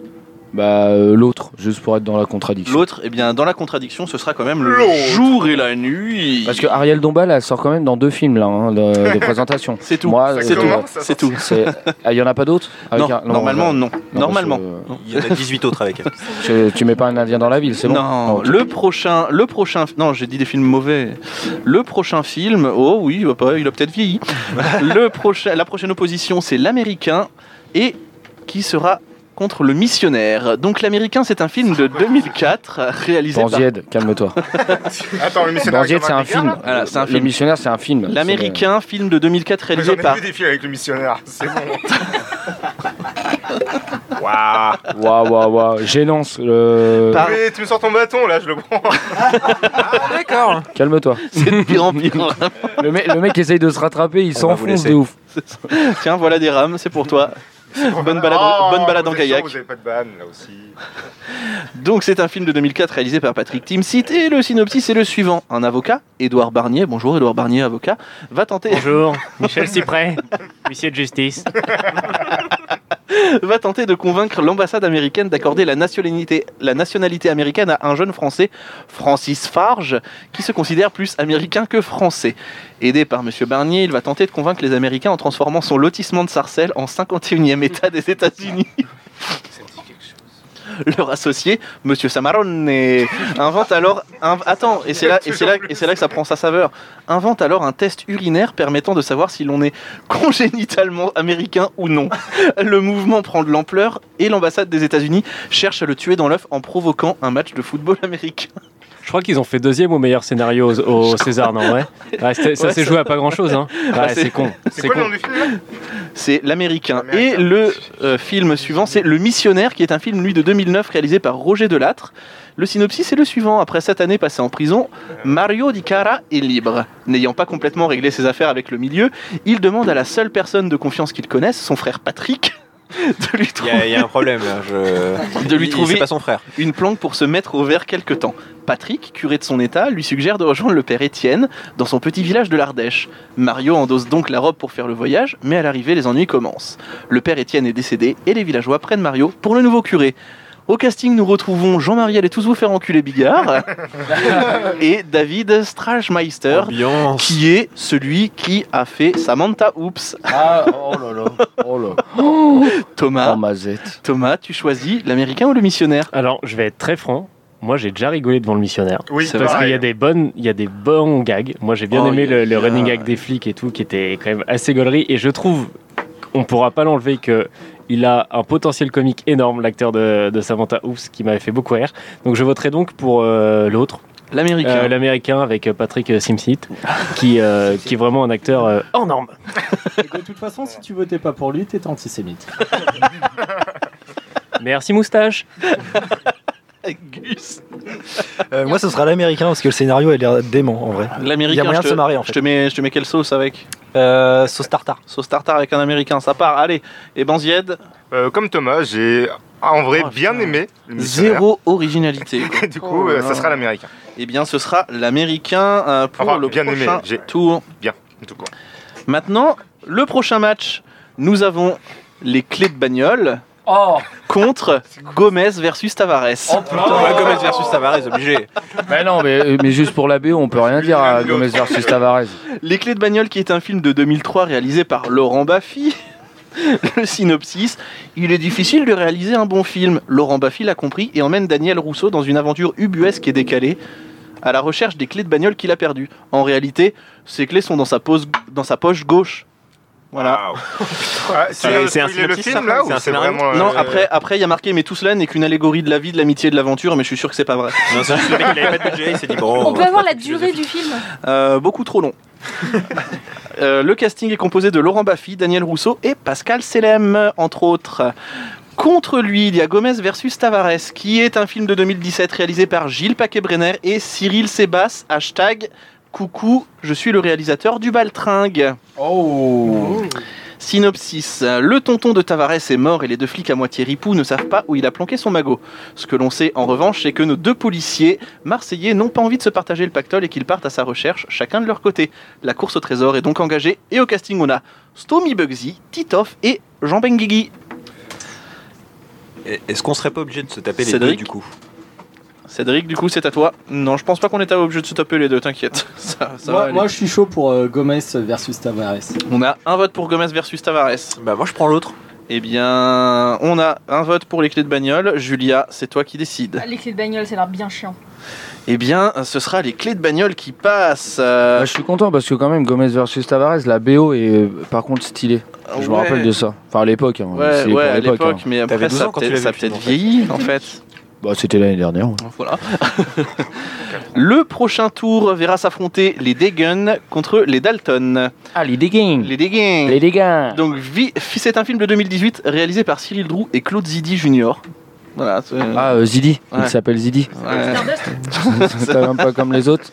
[SPEAKER 2] Bah, euh, l'autre, juste pour être dans la contradiction.
[SPEAKER 1] l'autre, eh bien dans la contradiction, ce sera quand même le
[SPEAKER 7] L'autre.
[SPEAKER 1] jour et la nuit.
[SPEAKER 2] Parce que Ariel Dombal, elle sort quand même dans deux films, là, hein, de, de présentation.
[SPEAKER 1] C'est tout,
[SPEAKER 2] Moi,
[SPEAKER 1] c'est
[SPEAKER 2] euh,
[SPEAKER 1] tout,
[SPEAKER 7] Comment ça
[SPEAKER 1] c'est tout.
[SPEAKER 2] C'est- Ah, Il y en a pas d'autres Avec
[SPEAKER 1] Non,
[SPEAKER 2] un-
[SPEAKER 1] normalement non,
[SPEAKER 2] je-
[SPEAKER 1] normalement.
[SPEAKER 2] je-
[SPEAKER 10] Il y en a 18 autres avec elle.
[SPEAKER 2] je- tu mets pas un indien dans la ville, c'est bon
[SPEAKER 1] Non,
[SPEAKER 2] ok.
[SPEAKER 1] le prochain, le prochain, non, j'ai dit des films mauvais. Le prochain film, oh oui, bah, pas- il a peut-être vieilli. le prochain, la prochaine opposition, c'est l'américain et qui sera contre le missionnaire. Donc l'américain, c'est un film de 2004 réalisé par
[SPEAKER 2] Banzied, calme-toi.
[SPEAKER 7] Attends, le missionnaire.
[SPEAKER 2] Banzied,
[SPEAKER 7] avec
[SPEAKER 2] c'est un
[SPEAKER 7] Romain
[SPEAKER 2] film.
[SPEAKER 7] Gary, là
[SPEAKER 1] Voilà, c'est un
[SPEAKER 2] le
[SPEAKER 1] film.
[SPEAKER 2] missionnaire, c'est un film.
[SPEAKER 1] l'américain, film de 2004
[SPEAKER 7] Mais J'en
[SPEAKER 1] réalisé
[SPEAKER 7] ai
[SPEAKER 1] par
[SPEAKER 7] vu des films avec le missionnaire, c'est bon.
[SPEAKER 10] Waouh
[SPEAKER 2] C'est- euh, Waouh, waouh, waouh. Gênance. euh,
[SPEAKER 1] Par-
[SPEAKER 7] Mais tu me sors ton bâton là, je le prends.
[SPEAKER 10] D'accord
[SPEAKER 2] Calme-toi.
[SPEAKER 1] c'est de pire en pire.
[SPEAKER 2] Le, mec- le mec essaye de se rattraper,
[SPEAKER 1] Ah bah,
[SPEAKER 2] il
[SPEAKER 10] On va vous
[SPEAKER 2] s'enfonce
[SPEAKER 10] laisser.
[SPEAKER 2] de ouf.
[SPEAKER 1] Tiens, voilà des rames, c'est pour toi. Bonne balade,
[SPEAKER 7] Oh,
[SPEAKER 1] bonne balade
[SPEAKER 7] vous
[SPEAKER 1] en
[SPEAKER 7] êtes sûr,
[SPEAKER 1] kayak.
[SPEAKER 7] Vous avez pas de banne là aussi.
[SPEAKER 1] Donc c'est un film de 2004 réalisé par Patrick Timsit et le synopsis est le suivant. Un avocat, Édouard Barnier, bonjour Édouard Barnier, avocat, va tenter,
[SPEAKER 11] Bonjour, Michel Cyprès, huissier de justice.
[SPEAKER 1] va tenter de convaincre l'ambassade américaine d'accorder la nationalité, la nationalité américaine à un jeune français, Francis Farge, qui se considère plus américain que français. Aidé par Monsieur Barnier, il va tenter de convaincre les Américains en transformant son lotissement de Sarcelles en 51e État des États-Unis. Leur associé, Monsieur Samarone, invente alors. inv- Attends, et c'est là, et c'est là, et c'est là que ça prend sa saveur. Invente alors un test urinaire permettant de savoir si l'on est congénitalement américain ou non. Le mouvement prend de l'ampleur et l'ambassade des États-Unis cherche à le tuer dans l'œuf en provoquant un match de football américain.
[SPEAKER 11] Je crois qu'ils ont fait deuxième au meilleur scénario au, au César, non ouais. Ouais, c'était- Ça
[SPEAKER 1] Ouais,
[SPEAKER 11] s'est
[SPEAKER 1] ça-
[SPEAKER 11] joué à pas grand chose, hein. Ouais,
[SPEAKER 1] Ouais, c'est-
[SPEAKER 11] c'est con.
[SPEAKER 7] C'est
[SPEAKER 11] C'est
[SPEAKER 7] quoi le
[SPEAKER 11] con.
[SPEAKER 7] nom du film là
[SPEAKER 1] C'est l'américain. Et
[SPEAKER 7] L'Américain.
[SPEAKER 1] le euh, film suivant, c'est Le Missionnaire, qui est un film, lui, de 2009, réalisé par Roger Delattre. Le synopsis est le suivant. Après sept années passées en prison, Mario Di Cara est libre. N'ayant pas complètement réglé ses affaires avec le milieu, il demande à la seule personne de confiance qu'il connaisse, son frère Patrick, de lui
[SPEAKER 10] Il
[SPEAKER 1] trouver
[SPEAKER 10] y, a- il y a un problème là. Je...
[SPEAKER 1] De lui
[SPEAKER 10] Il-
[SPEAKER 1] trouver-
[SPEAKER 10] C'est pas son frère.
[SPEAKER 1] une planque pour se mettre au vert quelque temps. Patrick, curé de son état, lui suggère de rejoindre le père Étienne dans son petit village de l'Ardèche. Mario endosse donc la robe pour faire le voyage, mais à l'arrivée, les ennuis commencent. Le père Étienne est décédé et les villageois prennent Mario pour le nouveau curé. Au casting, nous retrouvons Jean-Marie Allez tous vous faire enculer Bigard et David Strachmeister,
[SPEAKER 10] Ambiance.
[SPEAKER 1] qui est celui qui a fait Samantha Oops.
[SPEAKER 2] Ah, oh là là. Oh là.
[SPEAKER 1] Thomas,
[SPEAKER 2] Oh, mazette.
[SPEAKER 1] Thomas, tu choisis l'américain ou le missionnaire
[SPEAKER 11] Alors, je vais être très franc. Moi, j'ai déjà rigolé devant le missionnaire.
[SPEAKER 7] Oui,
[SPEAKER 1] C'est
[SPEAKER 11] Parce qu'il y
[SPEAKER 7] pareil.
[SPEAKER 11] a des bonnes, il y a des bons gags. Moi, j'ai bien
[SPEAKER 1] Oh,
[SPEAKER 11] aimé
[SPEAKER 1] yeah,
[SPEAKER 11] le, le
[SPEAKER 1] yeah.
[SPEAKER 11] running gag des flics et tout, qui était quand même assez gaulerie. Et je trouve, on pourra pas l'enlever que il a un potentiel comique énorme, l'acteur de, de Samantha Oops, qui m'avait fait beaucoup rire. Donc, je voterai donc pour euh, l'autre,
[SPEAKER 1] L'américain.
[SPEAKER 11] euh, l'américain avec euh, Patrick euh, Simsit, qui, euh, qui est vraiment un acteur euh, hors norme.
[SPEAKER 8] De toute façon, si tu votais pas pour lui, t'étais antisémite.
[SPEAKER 11] Merci moustache.
[SPEAKER 1] Gus.
[SPEAKER 5] Euh, moi, ce sera l'américain parce que le scénario a l'air dément en vrai. Ah, Il y
[SPEAKER 1] L'américain,
[SPEAKER 5] a moyen
[SPEAKER 1] je
[SPEAKER 5] de
[SPEAKER 1] te-
[SPEAKER 5] se marrer en
[SPEAKER 1] Je
[SPEAKER 5] fait.
[SPEAKER 1] te mets, je te mets quelle sauce avec
[SPEAKER 5] Euh, sauce tartare.
[SPEAKER 1] Sauce tartare avec un américain, ça part. Allez, et ben, Banzied,
[SPEAKER 7] Euh, Comme Thomas, j'ai ah, en vrai
[SPEAKER 1] Oh,
[SPEAKER 7] bien
[SPEAKER 1] putain.
[SPEAKER 7] aimé le missionnaire.
[SPEAKER 1] zéro Oh originalité. quoi.
[SPEAKER 7] Du coup, euh, ça sera l'américain.
[SPEAKER 1] Eh bien, ce sera l'américain euh, pour
[SPEAKER 7] Enfin,
[SPEAKER 1] le
[SPEAKER 7] bien aimé,
[SPEAKER 1] prochain
[SPEAKER 7] j'ai-
[SPEAKER 1] tour.
[SPEAKER 7] En tout cas.
[SPEAKER 1] Maintenant, le prochain match, nous avons les clés de bagnole
[SPEAKER 2] Oh,
[SPEAKER 1] contre Gomez versus
[SPEAKER 8] Oh,
[SPEAKER 1] Tavares.
[SPEAKER 10] Thomas Gomez versus Tavares, obligé.
[SPEAKER 2] Mais non, mais, mais juste pour la BO, on peut rien dire à
[SPEAKER 7] l'autre.
[SPEAKER 2] Gomez versus Tavares.
[SPEAKER 1] Les clés de bagnole, qui est un film de 2003 réalisé par Laurent Baffy. Le synopsis, il est difficile de réaliser un bon film. Laurent Baffy l'a compris et emmène Daniel Rousseau dans une aventure ubuesque et décalée à la recherche des clés de bagnole qu'il a perdues. En réalité, ces clés sont dans sa, pose- dans sa poche gauche. Voilà.
[SPEAKER 7] Ouais, tu
[SPEAKER 10] C'est-
[SPEAKER 7] viens de
[SPEAKER 10] c'est un
[SPEAKER 7] spoiler le
[SPEAKER 10] synopsis,
[SPEAKER 7] film
[SPEAKER 10] ça C'est
[SPEAKER 7] là
[SPEAKER 10] un
[SPEAKER 7] ou c'est
[SPEAKER 10] scénario
[SPEAKER 7] vraiment. euh,
[SPEAKER 1] non, après, après, il y a marqué, mais tout cela n'est qu'une allégorie de la vie, de l'amitié et de l'aventure, mais je suis sûr que c'est pas vrai.
[SPEAKER 10] Non, c'est juste le mec, il avait pas de budget, il s'est dit bon.
[SPEAKER 4] On peut
[SPEAKER 1] Oh,
[SPEAKER 10] va
[SPEAKER 4] avoir la
[SPEAKER 10] faire
[SPEAKER 4] durée du film
[SPEAKER 1] Euh, beaucoup trop long. Euh, le casting est composé de Laurent Baffy, Daniel Rousseau et Pascal Selem, entre autres. Contre lui, il y a Gomez versus Tavares, qui est un film de 2017 réalisé par Gilles Paquet-Brenner et Cyril Sébasse, hashtag Coucou, je suis le réalisateur du Baltringue.
[SPEAKER 2] Oh.
[SPEAKER 1] Synopsis. Le tonton de Tavares est mort et les deux flics à moitié ripoux ne savent pas où il a planqué son magot. Ce que l'on sait en revanche, c'est que nos deux policiers marseillais n'ont pas envie de se partager le pactole et qu'ils partent à sa recherche, chacun de leur côté. La course au trésor est donc engagée et au casting on a Stomy Bugsy, Titoff et Jean Benguigui.
[SPEAKER 10] Est-ce qu'on serait pas obligé de se taper les
[SPEAKER 1] Cédric
[SPEAKER 10] deux du coup
[SPEAKER 1] Cédric, du coup, c'est à toi. Non, je pense pas qu'on était obligé de se taper les deux, t'inquiète. Ça, ça va
[SPEAKER 8] moi,
[SPEAKER 1] aller.
[SPEAKER 8] moi, je suis chaud pour euh, Gomez versus Tavares.
[SPEAKER 1] On a un vote pour Gomez versus Tavares.
[SPEAKER 10] Bah moi je prends l'autre.
[SPEAKER 1] Eh bien, on a un vote pour les clés de bagnole. Julia, c'est toi qui décides.
[SPEAKER 4] Ah, Les clés de bagnole, ça a l'air bien chiant.
[SPEAKER 1] Eh bien, ce sera les clés de bagnole qui passent. euh,
[SPEAKER 2] Bah, je suis content parce que quand même Gomez versus Tavares, la BO est euh, par contre stylée. Je me
[SPEAKER 1] ouais.
[SPEAKER 2] rappelle de ça. Enfin à l'époque. hein,
[SPEAKER 1] Ouais, ouais,
[SPEAKER 2] c'est pour
[SPEAKER 1] à l'époque,
[SPEAKER 2] hein.
[SPEAKER 1] mais
[SPEAKER 10] T'avais
[SPEAKER 1] après,
[SPEAKER 10] 12
[SPEAKER 1] ça
[SPEAKER 10] ans
[SPEAKER 1] a
[SPEAKER 10] quand tu
[SPEAKER 1] peut-être
[SPEAKER 10] l'as
[SPEAKER 1] ça a
[SPEAKER 10] vu, le
[SPEAKER 1] peut-être
[SPEAKER 10] film, en fait.
[SPEAKER 1] vieilli, en fait.
[SPEAKER 2] Bah, c'était l'année dernière. ouais.
[SPEAKER 1] Voilà. Le prochain tour verra s'affronter les Dagon contre les Dalton.
[SPEAKER 2] Ah les dégâts.
[SPEAKER 1] Les Dagon.
[SPEAKER 2] Les dégâts.
[SPEAKER 1] Donc, vi- c'est un film de 2018 réalisé par Cyril Drou et Claude Zidi Junior. Voilà. c'est-
[SPEAKER 2] Ah euh, Zidi.
[SPEAKER 1] Ouais.
[SPEAKER 2] Il s'appelle Zidi.
[SPEAKER 1] Ouais.
[SPEAKER 4] Stardust,
[SPEAKER 2] C'est quand même pas comme les autres.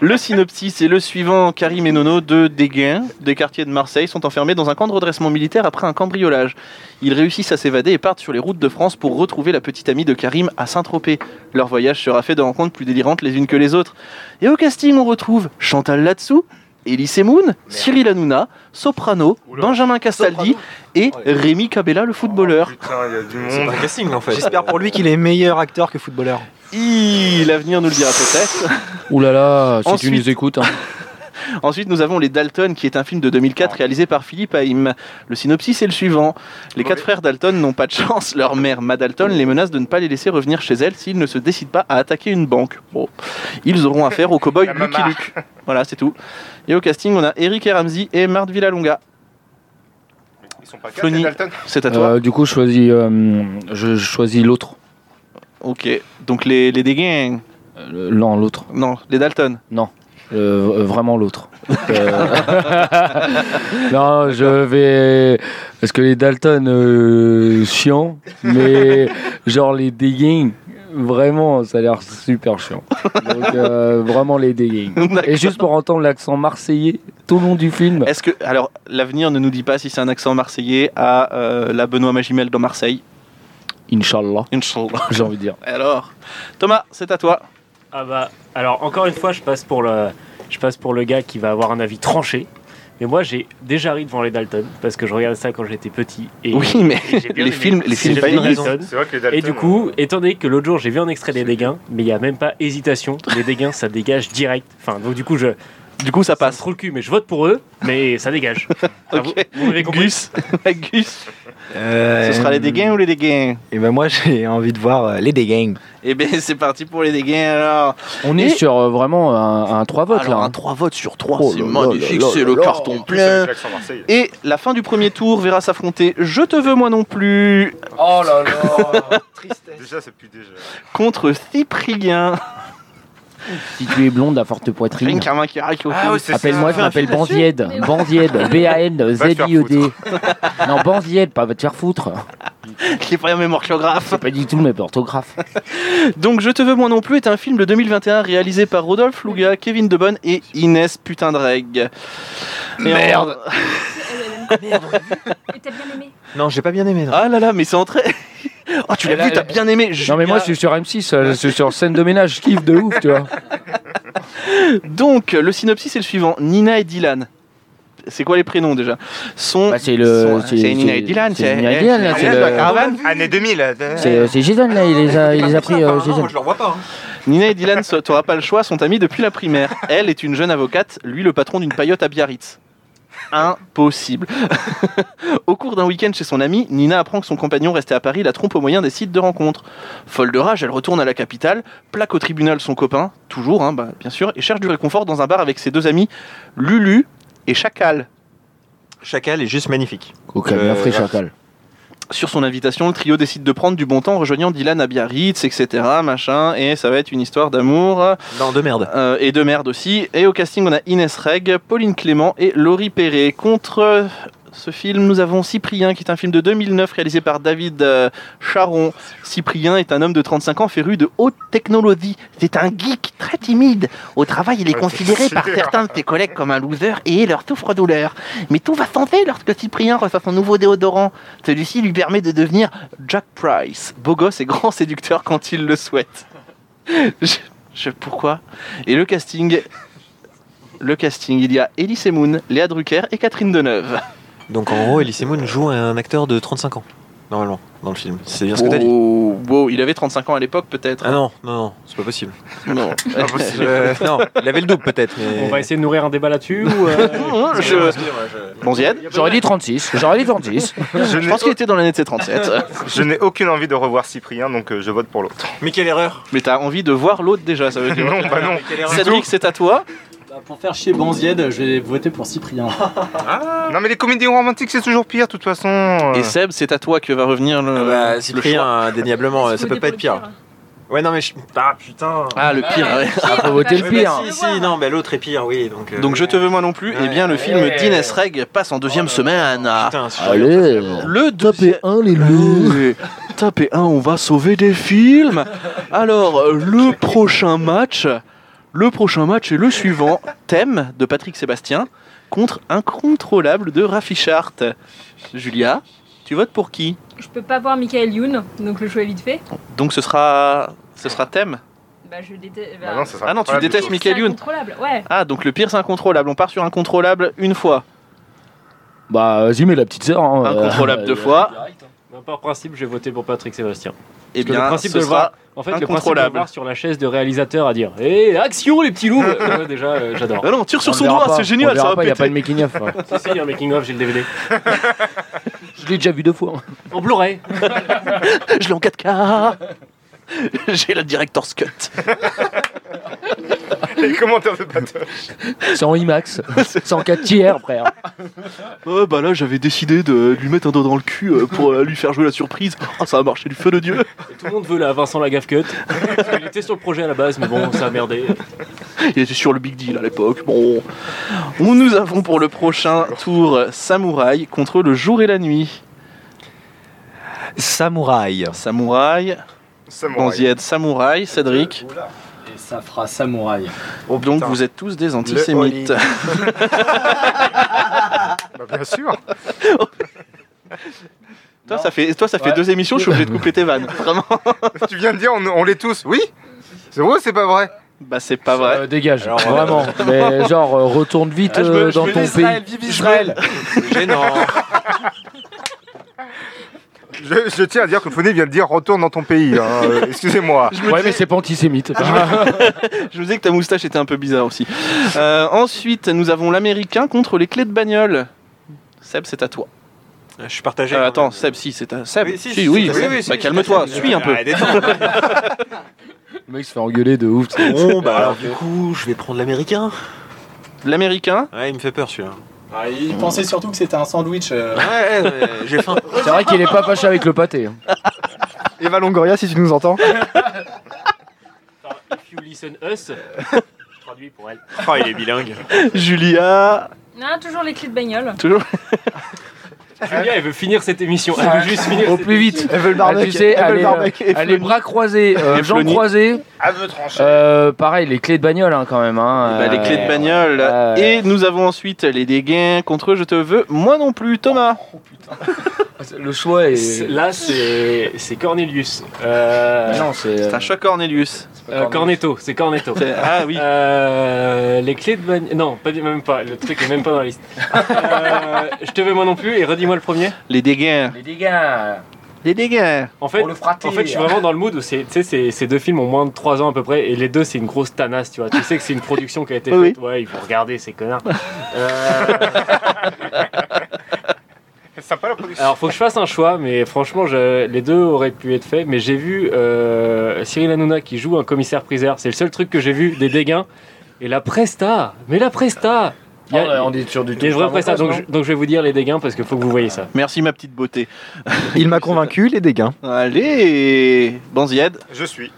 [SPEAKER 1] Le synopsis est le suivant. Karim et Nono, deux dégains des quartiers de Marseille, sont enfermés dans un camp de redressement militaire après un cambriolage. Ils réussissent à s'évader et partent sur les routes de France pour retrouver la petite amie de Karim à Saint-Tropez. Leur voyage sera fait de rencontres plus délirantes les unes que les autres. Et au casting, on retrouve Chantal Latsou, Elise Moon, Cyril Hanouna, Soprano,
[SPEAKER 7] Oula.
[SPEAKER 1] Benjamin Castaldi et Rémi Cabella, le footballeur.
[SPEAKER 7] Oh, Putain, il y a du
[SPEAKER 10] C'est
[SPEAKER 7] monde.
[SPEAKER 10] un casting en fait.
[SPEAKER 8] J'espère pour lui qu'il est meilleur acteur que footballeur.
[SPEAKER 1] Hi, L'avenir nous le dira peut-être.
[SPEAKER 2] Ouh là là, si
[SPEAKER 1] Ensuite-
[SPEAKER 2] tu nous écoutes. hein.
[SPEAKER 1] Ensuite, nous avons Les Dalton, qui est un film de 2004
[SPEAKER 7] Ah.
[SPEAKER 1] réalisé par Philippe Haïm. Le synopsis est le suivant. Les quatre frères Dalton n'ont pas de chance. Leur mère, Ma Dalton, les menace de ne pas les laisser revenir chez elle s'ils ne se décident pas à attaquer une banque. Bon. Ils auront affaire au cow-boy
[SPEAKER 7] La
[SPEAKER 1] Lucky
[SPEAKER 7] maman.
[SPEAKER 1] Luke. Voilà, c'est tout. Et au casting, on a Eric Ramsey et Marthe Villalonga.
[SPEAKER 7] Ils sont pas quatre,
[SPEAKER 1] Flony.
[SPEAKER 7] les Dalton.
[SPEAKER 1] C'est à toi.
[SPEAKER 2] Euh, du coup, je choisis, euh, je, je choisis l'autre.
[SPEAKER 1] Ok. Donc les, les dégains.
[SPEAKER 2] Euh, le- non, l'autre.
[SPEAKER 1] Non, les Dalton.
[SPEAKER 2] Euh, euh, vraiment l'autre. Euh, non, je vais. Parce que les Dalton, euh, chiant, mais genre les digging, vraiment, ça a l'air super chiant. Donc, euh, vraiment les digging. Et juste pour entendre l'accent marseillais tout le long du film.
[SPEAKER 1] Est-ce que. Alors, l'avenir ne nous dit pas si c'est un accent marseillais à euh, la Benoît Magimel dans Marseille.
[SPEAKER 2] Inch'Allah,
[SPEAKER 1] Inch'Allah.
[SPEAKER 2] j'ai envie de dire.
[SPEAKER 1] Alors, Thomas, c'est à toi.
[SPEAKER 11] Ah bah, alors encore une fois, je passe pour le, je passe pour le gars qui va avoir un avis tranché. Mais moi, j'ai déjà ri devant les Dalton parce que je regardais ça quand j'étais petit. Et
[SPEAKER 1] Oui, mais
[SPEAKER 11] et j'ai bien
[SPEAKER 1] les
[SPEAKER 11] aimé.
[SPEAKER 1] films- les
[SPEAKER 11] J'ai
[SPEAKER 1] films,
[SPEAKER 11] bien
[SPEAKER 1] pas une
[SPEAKER 11] aimé
[SPEAKER 1] raison.
[SPEAKER 11] Dalton.
[SPEAKER 7] C'est vrai que les Dalton.
[SPEAKER 11] Et du coup, étant donné que l'autre jour j'ai vu un extrait des dégâts, mais il n'y a même pas hésitation, les dégâts ça dégage direct. Enfin, donc du coup, je
[SPEAKER 1] Du coup, ça
[SPEAKER 11] ça me
[SPEAKER 1] passe.
[SPEAKER 11] trouve le cul, mais je vote pour eux, mais ça dégage. Enfin, vous-
[SPEAKER 1] Ok.
[SPEAKER 11] vous, m'avez compris
[SPEAKER 1] Gus, Gus,
[SPEAKER 5] Euh,
[SPEAKER 1] ce sera les dégains ou les dégains
[SPEAKER 5] Et ben moi j'ai envie de voir euh, les dégains.
[SPEAKER 1] Eh bien, c'est parti pour les dégains alors.
[SPEAKER 2] On
[SPEAKER 1] Et-
[SPEAKER 2] est sur euh, vraiment un, un 3 votes
[SPEAKER 1] Alors,
[SPEAKER 2] là.
[SPEAKER 1] un
[SPEAKER 2] hein.
[SPEAKER 1] 3 votes sur 3,
[SPEAKER 2] Oh
[SPEAKER 1] c'est
[SPEAKER 2] là là
[SPEAKER 1] magnifique,
[SPEAKER 2] là
[SPEAKER 1] c'est
[SPEAKER 2] là
[SPEAKER 1] le
[SPEAKER 2] là.
[SPEAKER 1] carton
[SPEAKER 7] En plus, avec
[SPEAKER 1] plein.
[SPEAKER 7] l'accent marseillais.
[SPEAKER 1] Et la fin du premier tour verra s'affronter Je te veux moi non plus
[SPEAKER 8] Oh là là Tristesse.
[SPEAKER 7] Déjà, ça pue déjà.
[SPEAKER 1] contre Cyprien.
[SPEAKER 2] Si tu es blonde à forte poitrine.
[SPEAKER 1] Ah
[SPEAKER 2] Appelle-moi, je
[SPEAKER 1] ça.
[SPEAKER 2] m'appelle Banzied.
[SPEAKER 4] Mais ouais.
[SPEAKER 2] Banzied.
[SPEAKER 7] Va te faire
[SPEAKER 2] B-A-N-Z-I-E-D. E Non, Banzied, pas va te faire foutre.
[SPEAKER 1] J'ai pas la même orthographe.
[SPEAKER 2] C'est pas du tout le même orthographe.
[SPEAKER 1] Donc Je te veux moi non plus est un film de 2021 réalisé par Rodolphe Louga, Kevin Debonne et Inès Putain de Reg. Merde
[SPEAKER 4] et t'as bien aimé.
[SPEAKER 5] Non, j'ai pas bien aimé.
[SPEAKER 1] Ah là là, mais c'est entré Ah tu l'as vu, t'as bien aimé
[SPEAKER 2] Non, mais
[SPEAKER 1] Julia.
[SPEAKER 2] moi, je suis sur M6, euh, je suis sur scène de ménage, je kiffe de ouf, tu vois.
[SPEAKER 1] Donc, le synopsis est le suivant. Nina et Dylan. C'est quoi les prénoms déjà Sont...
[SPEAKER 2] Bah, c'est le.
[SPEAKER 1] sont- c'est Nina et Dylan.
[SPEAKER 2] C'est Nina et Dylan, là.
[SPEAKER 1] c'est eh,
[SPEAKER 2] C'est
[SPEAKER 1] la
[SPEAKER 2] le-
[SPEAKER 1] caravane.
[SPEAKER 7] Année 2000. euh,
[SPEAKER 2] c'est- C'est Jason, là, il les a, il les a pris. euh, Jason.
[SPEAKER 10] je le revois pas.
[SPEAKER 1] Nina et Dylan, so- t'auras pas le choix, sont amis depuis la primaire. Elle est une jeune avocate, lui le patron d'une paillote à Biarritz. Impossible. au cours d'un week-end chez son ami, Nina apprend que son compagnon resté à Paris la trompe au moyen des sites de rencontres. Folle de rage, elle retourne à la capitale, plaque au tribunal son copain, toujours, hein, bah, bien sûr, et cherche du réconfort dans un bar avec ses deux amis, Lulu et Chacal.
[SPEAKER 10] Chacal est juste magnifique.
[SPEAKER 2] Ok, bien
[SPEAKER 10] Euh,
[SPEAKER 2] frais,
[SPEAKER 10] voilà.
[SPEAKER 2] chacal.
[SPEAKER 1] Sur son invitation, le trio décide de prendre du bon temps en rejoignant Dylan à Biarritz, etc. Machin, et ça va être une histoire d'amour
[SPEAKER 10] Non, de merde.
[SPEAKER 1] euh, et de merde aussi. Et au casting, on a Inès Reg, Pauline Clément et Laurie Perret contre euh, ce film. Nous avons Cyprien, qui est un film de 2009 réalisé par David euh, Charon. Cyprien est un homme de 35 ans féru de haute technologie. C'est un geek très timide. Au travail, il est
[SPEAKER 12] Ouais,
[SPEAKER 1] considéré
[SPEAKER 12] c'est
[SPEAKER 1] par
[SPEAKER 12] sûr.
[SPEAKER 1] certains de ses collègues comme un loser et est leur souffre-douleur. Mais tout va s'enlever lorsque Cyprien reçoit son nouveau déodorant. Celui-ci lui permet de devenir Jack Price, beau gosse et grand séducteur quand il le souhaite. Je, je- pourquoi Et le casting le casting, il y a Elie Semoun, Léa Drucker et Catherine Deneuve.
[SPEAKER 10] Donc en gros, Elise Moon joue un acteur de 35 ans, normalement, dans le film. C'est bien ce que t'as dit.
[SPEAKER 1] Oh, wow, il avait 35 ans à l'époque peut-être.
[SPEAKER 10] Ah non, non, non, c'est pas possible.
[SPEAKER 12] Ah,
[SPEAKER 1] Non.
[SPEAKER 10] Pas possible. Euh, non, il avait le double peut-être, mais.
[SPEAKER 11] On va essayer de nourrir un débat là-dessus ou euh,
[SPEAKER 1] Non, non, je- Bon, Ziad
[SPEAKER 2] J'aurais dit 36. J'aurais dit 36.
[SPEAKER 1] Je, pense qu'il était dans l'année de ses 37.
[SPEAKER 7] Je n'ai aucune envie de revoir Cyprien, donc euh, je vote pour l'autre.
[SPEAKER 10] Mais quelle erreur
[SPEAKER 1] Mais t'as envie de voir l'autre déjà, ça veut dire.
[SPEAKER 7] Non, bah non.
[SPEAKER 1] Cédric, c'est à toi.
[SPEAKER 8] Bah, Pour faire chier Banzied, je vais voter pour Cyprien.
[SPEAKER 7] Non, mais les comédies romantiques, c'est toujours pire, de toute façon. euh.
[SPEAKER 1] Et Seb, c'est à toi que va revenir le.
[SPEAKER 10] Bah,
[SPEAKER 1] Euh, le
[SPEAKER 10] Cyprien,
[SPEAKER 1] choix.
[SPEAKER 10] indéniablement, euh, ça peut pas être pire. Ouais, non, mais je. Ah putain
[SPEAKER 1] Ah, le pire, ouais. Ah, faut voter le
[SPEAKER 10] Ouais, bah,
[SPEAKER 1] pire.
[SPEAKER 10] Si, si, non, mais l'autre est pire, oui. Donc, euh,
[SPEAKER 1] Donc je te veux moi non plus, et bien le film d'Inès Reg passe en deuxième semaine.
[SPEAKER 2] Allez,
[SPEAKER 1] le deuxième.
[SPEAKER 2] un, les
[SPEAKER 1] Allez, Tapez 1, on va sauver des films. Alors, euh, le prochain match, le prochain match est le suivant. Thème de Patrick Sébastien contre Incontrôlable de Rafi Chart. Julia, tu votes pour qui
[SPEAKER 4] Je peux pas voir Michael Youn, donc le choix est vite fait.
[SPEAKER 1] Donc ce sera, ce sera Thème
[SPEAKER 4] Bah, je déteste.
[SPEAKER 1] Bah non, ça sera Ah non, tu incontrôlable, détestes plutôt. Michael Youn.
[SPEAKER 4] C'est incontrôlable, ouais.
[SPEAKER 1] Ah, donc le pire c'est Incontrôlable. On part sur Incontrôlable une fois.
[SPEAKER 2] Bah, vas-y, mais la petite sœur. hein, euh,
[SPEAKER 1] Incontrôlable deux fois.
[SPEAKER 11] Non, par principe, je vais voter pour Patrick Sébastien.
[SPEAKER 1] Eh
[SPEAKER 11] Parce que
[SPEAKER 1] bien,
[SPEAKER 11] le principe
[SPEAKER 1] ce
[SPEAKER 11] de le voir,
[SPEAKER 1] sera
[SPEAKER 11] en fait, le principe de le
[SPEAKER 1] incontrôlable.
[SPEAKER 11] voir sur la chaise de réalisateur à dire Hé, action les petits loups Ouais, Déjà, euh, j'adore.
[SPEAKER 1] Bah non, tire sur On le son verra doigt, pas. c'est génial, On le ça verra va pas, y a péter. pas de making-of, hein.
[SPEAKER 11] Si, si, il y a un making-of, j'ai le DVD.
[SPEAKER 2] Je l'ai déjà vu deux fois.
[SPEAKER 11] En Blu-ray.
[SPEAKER 1] Je l'ai en 4K. J'ai la director's cut.
[SPEAKER 7] Les commentaires de Patoche.
[SPEAKER 2] C'est en IMAX. C'est en 4 tiers, frère.
[SPEAKER 1] Ouais, bah là, j'avais décidé de lui mettre un doigt dans le cul euh, pour euh, lui faire jouer la surprise. Ah, ça a marché du feu de Dieu.
[SPEAKER 11] Et tout le monde veut la Vincent Lagaffe cut. Parce qu'il était sur le projet à la base, mais bon, ça a merdé.
[SPEAKER 1] Il était sur le Big Deal à l'époque. Bon. Où nous avons pour le prochain tour euh, Samouraï contre le jour et la nuit.
[SPEAKER 10] Samouraï.
[SPEAKER 1] Samouraï.
[SPEAKER 7] Samouraï.
[SPEAKER 1] Banzied, Samouraï, Cédric. Oh,
[SPEAKER 8] Et ça fera Samouraï.
[SPEAKER 1] Donc vous êtes tous des antisémites.
[SPEAKER 7] Bah, bien sûr.
[SPEAKER 1] toi, ça fait, toi, ça fait
[SPEAKER 7] Ouais.
[SPEAKER 1] deux émissions, je suis obligé de couper tes vannes. Vraiment.
[SPEAKER 7] tu viens de dire, on, on l'est tous, oui C'est vrai ou c'est pas vrai
[SPEAKER 1] Bah, c'est pas vrai.
[SPEAKER 2] dégage, vraiment. Mais genre, euh, retourne vite
[SPEAKER 1] Ah, je me-
[SPEAKER 2] euh,
[SPEAKER 1] je
[SPEAKER 2] dans
[SPEAKER 1] me-
[SPEAKER 2] ton
[SPEAKER 1] Israël,
[SPEAKER 2] pays.
[SPEAKER 1] vive Israël.
[SPEAKER 10] Gênant.
[SPEAKER 7] Je, je tiens à dire que Foné vient de dire retourne dans ton pays. hein, euh, Excusez-moi.
[SPEAKER 2] Ouais, mais c'est pas antisémite.
[SPEAKER 1] Je me disais que ta moustache était un peu bizarre aussi. Euh, ensuite, nous avons l'américain contre les clés de bagnole. Seb, c'est à toi. Euh,
[SPEAKER 10] Je suis partagé.
[SPEAKER 1] attends, Seb, si, c'est à Seb.
[SPEAKER 10] Oui, si,
[SPEAKER 1] si,
[SPEAKER 10] si,
[SPEAKER 1] oui.
[SPEAKER 10] c'est à Seb.
[SPEAKER 1] Bah,
[SPEAKER 10] Oui, oui, si,
[SPEAKER 1] calme-toi,
[SPEAKER 10] c'est à Seb.
[SPEAKER 1] suis un peu.
[SPEAKER 10] Ah, détends.
[SPEAKER 2] Ah, Le mec se fait engueuler de ouf.
[SPEAKER 10] Bon, bah alors du coup, je vais prendre l'américain.
[SPEAKER 1] L'américain
[SPEAKER 10] Ouais, il me fait peur celui-là.
[SPEAKER 8] Ah, il pensait surtout que c'était un sandwich. euh.
[SPEAKER 10] Ouais, ouais, j'ai faim.
[SPEAKER 2] C'est vrai qu'il est pas fâché avec le pâté. hein.
[SPEAKER 5] Eva Longoria, si tu nous entends.
[SPEAKER 11] If you listen us, je traduis pour elle.
[SPEAKER 10] Oh, il est bilingue.
[SPEAKER 1] Julia.
[SPEAKER 4] Non, toujours les clés de bagnole.
[SPEAKER 1] Toujours.
[SPEAKER 11] Julia, elle veut finir cette émission. Elle veut juste finir.
[SPEAKER 2] Ah, Au
[SPEAKER 11] cette
[SPEAKER 2] plus vite.
[SPEAKER 11] émission.
[SPEAKER 2] Elle veut le
[SPEAKER 5] Ah,
[SPEAKER 11] barbecue,
[SPEAKER 2] Tu sais,
[SPEAKER 11] elle veut
[SPEAKER 2] elle
[SPEAKER 11] le
[SPEAKER 2] est,
[SPEAKER 11] barbecue.
[SPEAKER 2] euh, elle est bras croisés, euh,
[SPEAKER 11] Et
[SPEAKER 2] jambes
[SPEAKER 11] Flonny.
[SPEAKER 2] croisées.
[SPEAKER 7] Aveu tranché.
[SPEAKER 2] Euh, pareil, les clés de bagnole hein, quand même. Hein,
[SPEAKER 1] Bah, les
[SPEAKER 2] Euh,
[SPEAKER 1] clés de bagnole.
[SPEAKER 2] ouais.
[SPEAKER 1] Et nous avons ensuite les dégâts contre Je te veux, moi non plus, Thomas.
[SPEAKER 2] Le choix
[SPEAKER 11] C'est- Là, c'est c'est Cornelius. Euh,
[SPEAKER 2] Non, c'est.
[SPEAKER 1] C'est un choc Cornelius.
[SPEAKER 11] Euh, Cornetto, c'est Cornetto.
[SPEAKER 1] C'est- ah oui.
[SPEAKER 11] Euh, les clés de bagnole. Non, pas, du- même pas. Le truc est même pas dans la liste. Euh, je te veux moi non plus et redis-moi le premier.
[SPEAKER 1] Les dégâts.
[SPEAKER 2] Les dégâts.
[SPEAKER 1] Les dégâts.
[SPEAKER 11] En fait, en fait, je suis vraiment dans le mood où c'est, tu sais, ces, ces deux films ont moins de 3 ans à peu près et les deux c'est une grosse tanasse, tu vois. Tu sais que c'est une production qui a été
[SPEAKER 1] Oui.
[SPEAKER 11] faite. Ouais, il faut regarder ces connards. Euh,
[SPEAKER 7] C'est sympa la production.
[SPEAKER 11] alors faut que je fasse un choix, mais franchement, je- les deux auraient pu être faits. Mais j'ai vu euh, Cyril Hanouna qui joue un commissaire priseur. C'est le seul truc que j'ai vu des dégâts et la presta. Mais la presta. Il y a,
[SPEAKER 2] Oh, on est sur du
[SPEAKER 11] il y a une vraie presta. Donc, je- donc je vais vous dire les dégâts parce qu'il faut que vous voyez ça.
[SPEAKER 1] Merci ma petite beauté.
[SPEAKER 5] euh, Il m'a convaincu, les dégâts.
[SPEAKER 1] Allez, Banzied.
[SPEAKER 7] Je suis.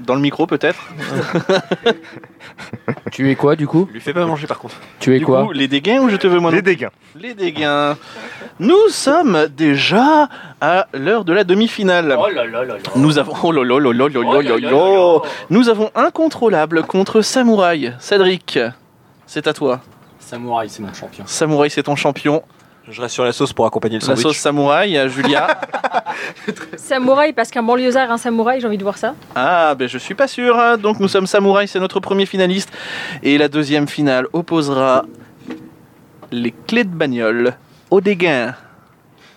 [SPEAKER 1] Dans le micro peut-être
[SPEAKER 2] Tu es quoi du coup
[SPEAKER 1] Lui fais pas manger par contre.
[SPEAKER 2] Tu es
[SPEAKER 1] Du
[SPEAKER 2] quoi
[SPEAKER 1] coup, Les dégains ou je te veux moi
[SPEAKER 7] Les dégains.
[SPEAKER 1] Les dégains. Nous sommes déjà à l'heure de la demi-finale.
[SPEAKER 8] Oh là là là là.
[SPEAKER 1] Nous avons oh là là là là là là là là. Nous avons incontrôlable contre Samouraï. Cédric, c'est à toi.
[SPEAKER 8] Samouraï, c'est mon champion.
[SPEAKER 1] Samouraï, c'est ton champion.
[SPEAKER 10] Je reste sur la sauce pour accompagner le
[SPEAKER 1] La
[SPEAKER 10] sandwich.
[SPEAKER 1] sauce samouraï, euh, Julia.
[SPEAKER 4] Samouraï, parce qu'un banlieusard, un samouraï, j'ai envie de voir ça.
[SPEAKER 1] ah, ben je suis pas sûr. hein. Donc nous sommes samouraï, c'est notre premier finaliste. Et la deuxième finale opposera les clés de bagnole au dégain.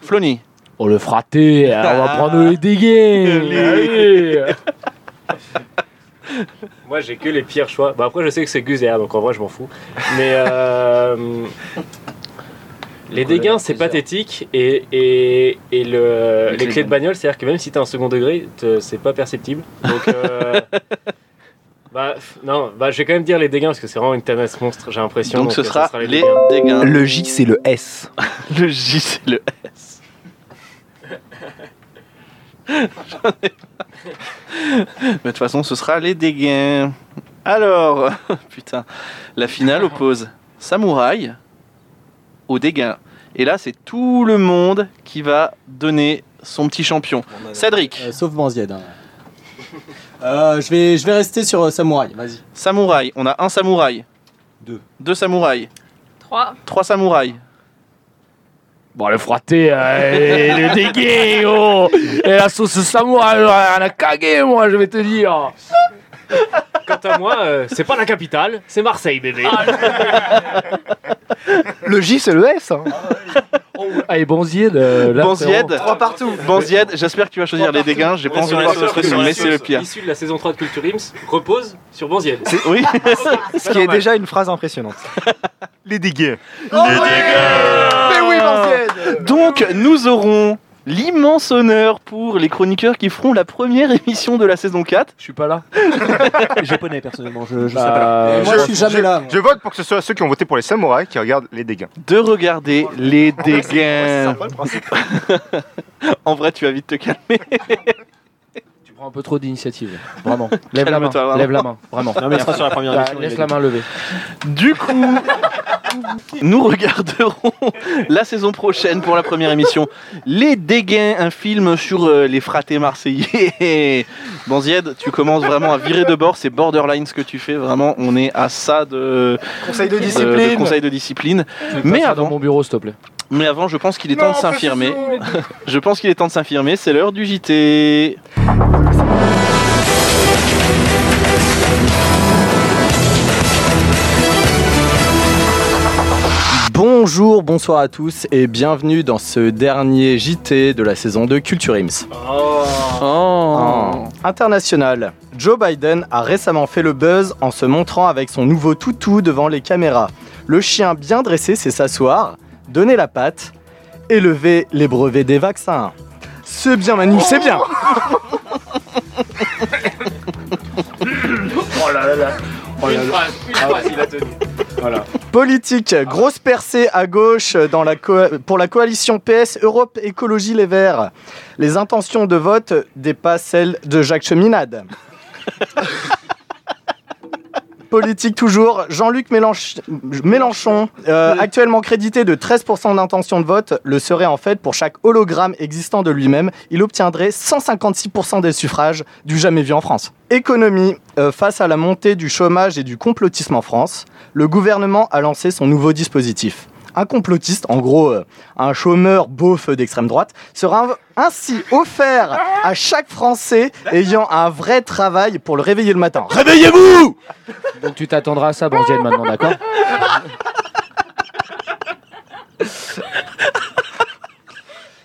[SPEAKER 1] Flony.
[SPEAKER 2] On Oh, le fraté, hein, on va prendre
[SPEAKER 1] Ah.
[SPEAKER 2] les dégains. Allez.
[SPEAKER 11] Moi, j'ai que les pires choix. Bah, après, je sais que c'est Guzéa, donc en vrai, je m'en fous. Mais euh, les dégains, c'est pathétique. Et, et, et le, les,
[SPEAKER 1] clés
[SPEAKER 11] clés de bagnole, c'est-à-dire que même si t'es un second degré, te- c'est pas perceptible. Donc, euh, bah, f- non, bah, je vais quand même dire les dégains parce que c'est vraiment une tanasse monstre, j'ai l'impression.
[SPEAKER 1] Donc, ce
[SPEAKER 11] euh, ça
[SPEAKER 1] sera les dégains.
[SPEAKER 5] Le J, c'est le S.
[SPEAKER 1] Le J, c'est le S. J'en ai pas. Mais de toute façon, ce sera les dégains. Alors, putain, la finale oppose Samouraï au dégain. Et là, c'est tout le monde qui va donner son petit champion.
[SPEAKER 10] bah,
[SPEAKER 1] Cédric,
[SPEAKER 8] Euh, sauf Banzied. hein. Euh, je, vais, je vais rester sur euh, Samouraï, vas-y.
[SPEAKER 1] samouraï, on a un samouraï.
[SPEAKER 10] Deux.
[SPEAKER 1] Deux samouraïs.
[SPEAKER 4] 3.
[SPEAKER 1] Trois samouraïs.
[SPEAKER 2] Bon, le fraté, euh, et le dégué, oh Et la sauce samouraï, elle a cagué, moi, je vais te dire
[SPEAKER 11] Quant à moi, euh, c'est pas la capitale, c'est Marseille, bébé.
[SPEAKER 1] Ah,
[SPEAKER 5] Le J, c'est le S. hein.
[SPEAKER 2] Allez, Bonzied, euh, là,
[SPEAKER 1] Banzied,
[SPEAKER 7] Trois partout.
[SPEAKER 1] Banzied, j'espère que tu vas choisir les dégains. J'ai pas envie de voir ce truc, mais c'est le pire.
[SPEAKER 11] Issu de la saison 3 de Culture Ims, repose sur Banzied.
[SPEAKER 1] Oui.
[SPEAKER 5] Ce qui est déjà une phrase impressionnante.
[SPEAKER 7] Les dégâts.
[SPEAKER 5] Mais oui, Marcel
[SPEAKER 1] Donc, nous aurons l'immense honneur pour les chroniqueurs qui feront la première émission de la saison 4.
[SPEAKER 2] Je suis pas là.
[SPEAKER 10] Japonais, personnellement. Je, je sais pas.
[SPEAKER 2] Bah,
[SPEAKER 8] Moi, Euh, je suis jamais là. moi.
[SPEAKER 7] Je vote pour que ce soit ceux qui ont voté pour les samouraïs qui regardent les dégâts.
[SPEAKER 1] De regarder les dégains.
[SPEAKER 7] le principe.
[SPEAKER 1] En vrai, tu vas vite te calmer.
[SPEAKER 2] tu prends un peu trop d'initiative, vraiment. Lève la main,
[SPEAKER 1] Calme-toi, vraiment.
[SPEAKER 2] lève la main, vraiment.
[SPEAKER 10] Non, mais il sera sur la première
[SPEAKER 2] Bah,
[SPEAKER 10] émission, il
[SPEAKER 2] laisse
[SPEAKER 10] a
[SPEAKER 2] la
[SPEAKER 10] dit.
[SPEAKER 2] main levée.
[SPEAKER 1] Du coup, nous regarderons la saison prochaine pour la première émission Les dégains, un film sur euh, les fratés marseillais. Banzied, tu commences vraiment à virer de bord. C'est borderline ce que tu fais. Vraiment, on est à ça de,
[SPEAKER 7] Conseil de
[SPEAKER 1] de- de
[SPEAKER 7] discipline.
[SPEAKER 1] conseil de discipline.
[SPEAKER 2] Tu
[SPEAKER 1] Mais
[SPEAKER 2] passeras
[SPEAKER 1] avant-
[SPEAKER 2] dans mon bureau, s'il te plaît.
[SPEAKER 1] Mais avant, je pense qu'il est temps de s'infirmer.
[SPEAKER 7] Non, pas ce soir.
[SPEAKER 1] Je pense qu'il est temps de s'infirmer, c'est l'heure du JT.
[SPEAKER 8] Bonjour, bonsoir à tous et bienvenue dans ce dernier JT de la saison de Culture Ims.
[SPEAKER 1] Oh.
[SPEAKER 8] Ah. International. Joe Biden a récemment fait le buzz en se montrant avec son nouveau toutou devant les caméras. Le chien bien dressé sait s'asseoir, donner la patte, élever les brevets des vaccins. C'est bien Manu, c'est bien
[SPEAKER 1] Oh
[SPEAKER 11] Ah
[SPEAKER 1] Ah
[SPEAKER 8] Politique, grosse percée à gauche dans la co- pour la coalition PS Europe Écologie Les Verts. Les intentions de vote dépassent celles de Jacques Cheminade. Politique toujours, Jean-Luc Mélench- Mélenchon, euh, actuellement crédité de 13% d'intention de vote, le serait en fait pour chaque hologramme existant de lui-même. Il obtiendrait 156% des suffrages du jamais vu en France. Économie, euh, face à la montée du chômage et du complotisme en France, le gouvernement a lancé son nouveau dispositif. Un complotiste, en gros euh, un chômeur beauf d'extrême droite, sera inv- ainsi offert à chaque Français ayant un vrai travail pour le réveiller le matin. Réveillez-vous
[SPEAKER 2] Donc tu t'attendras à ça, Bonzied, maintenant, d'accord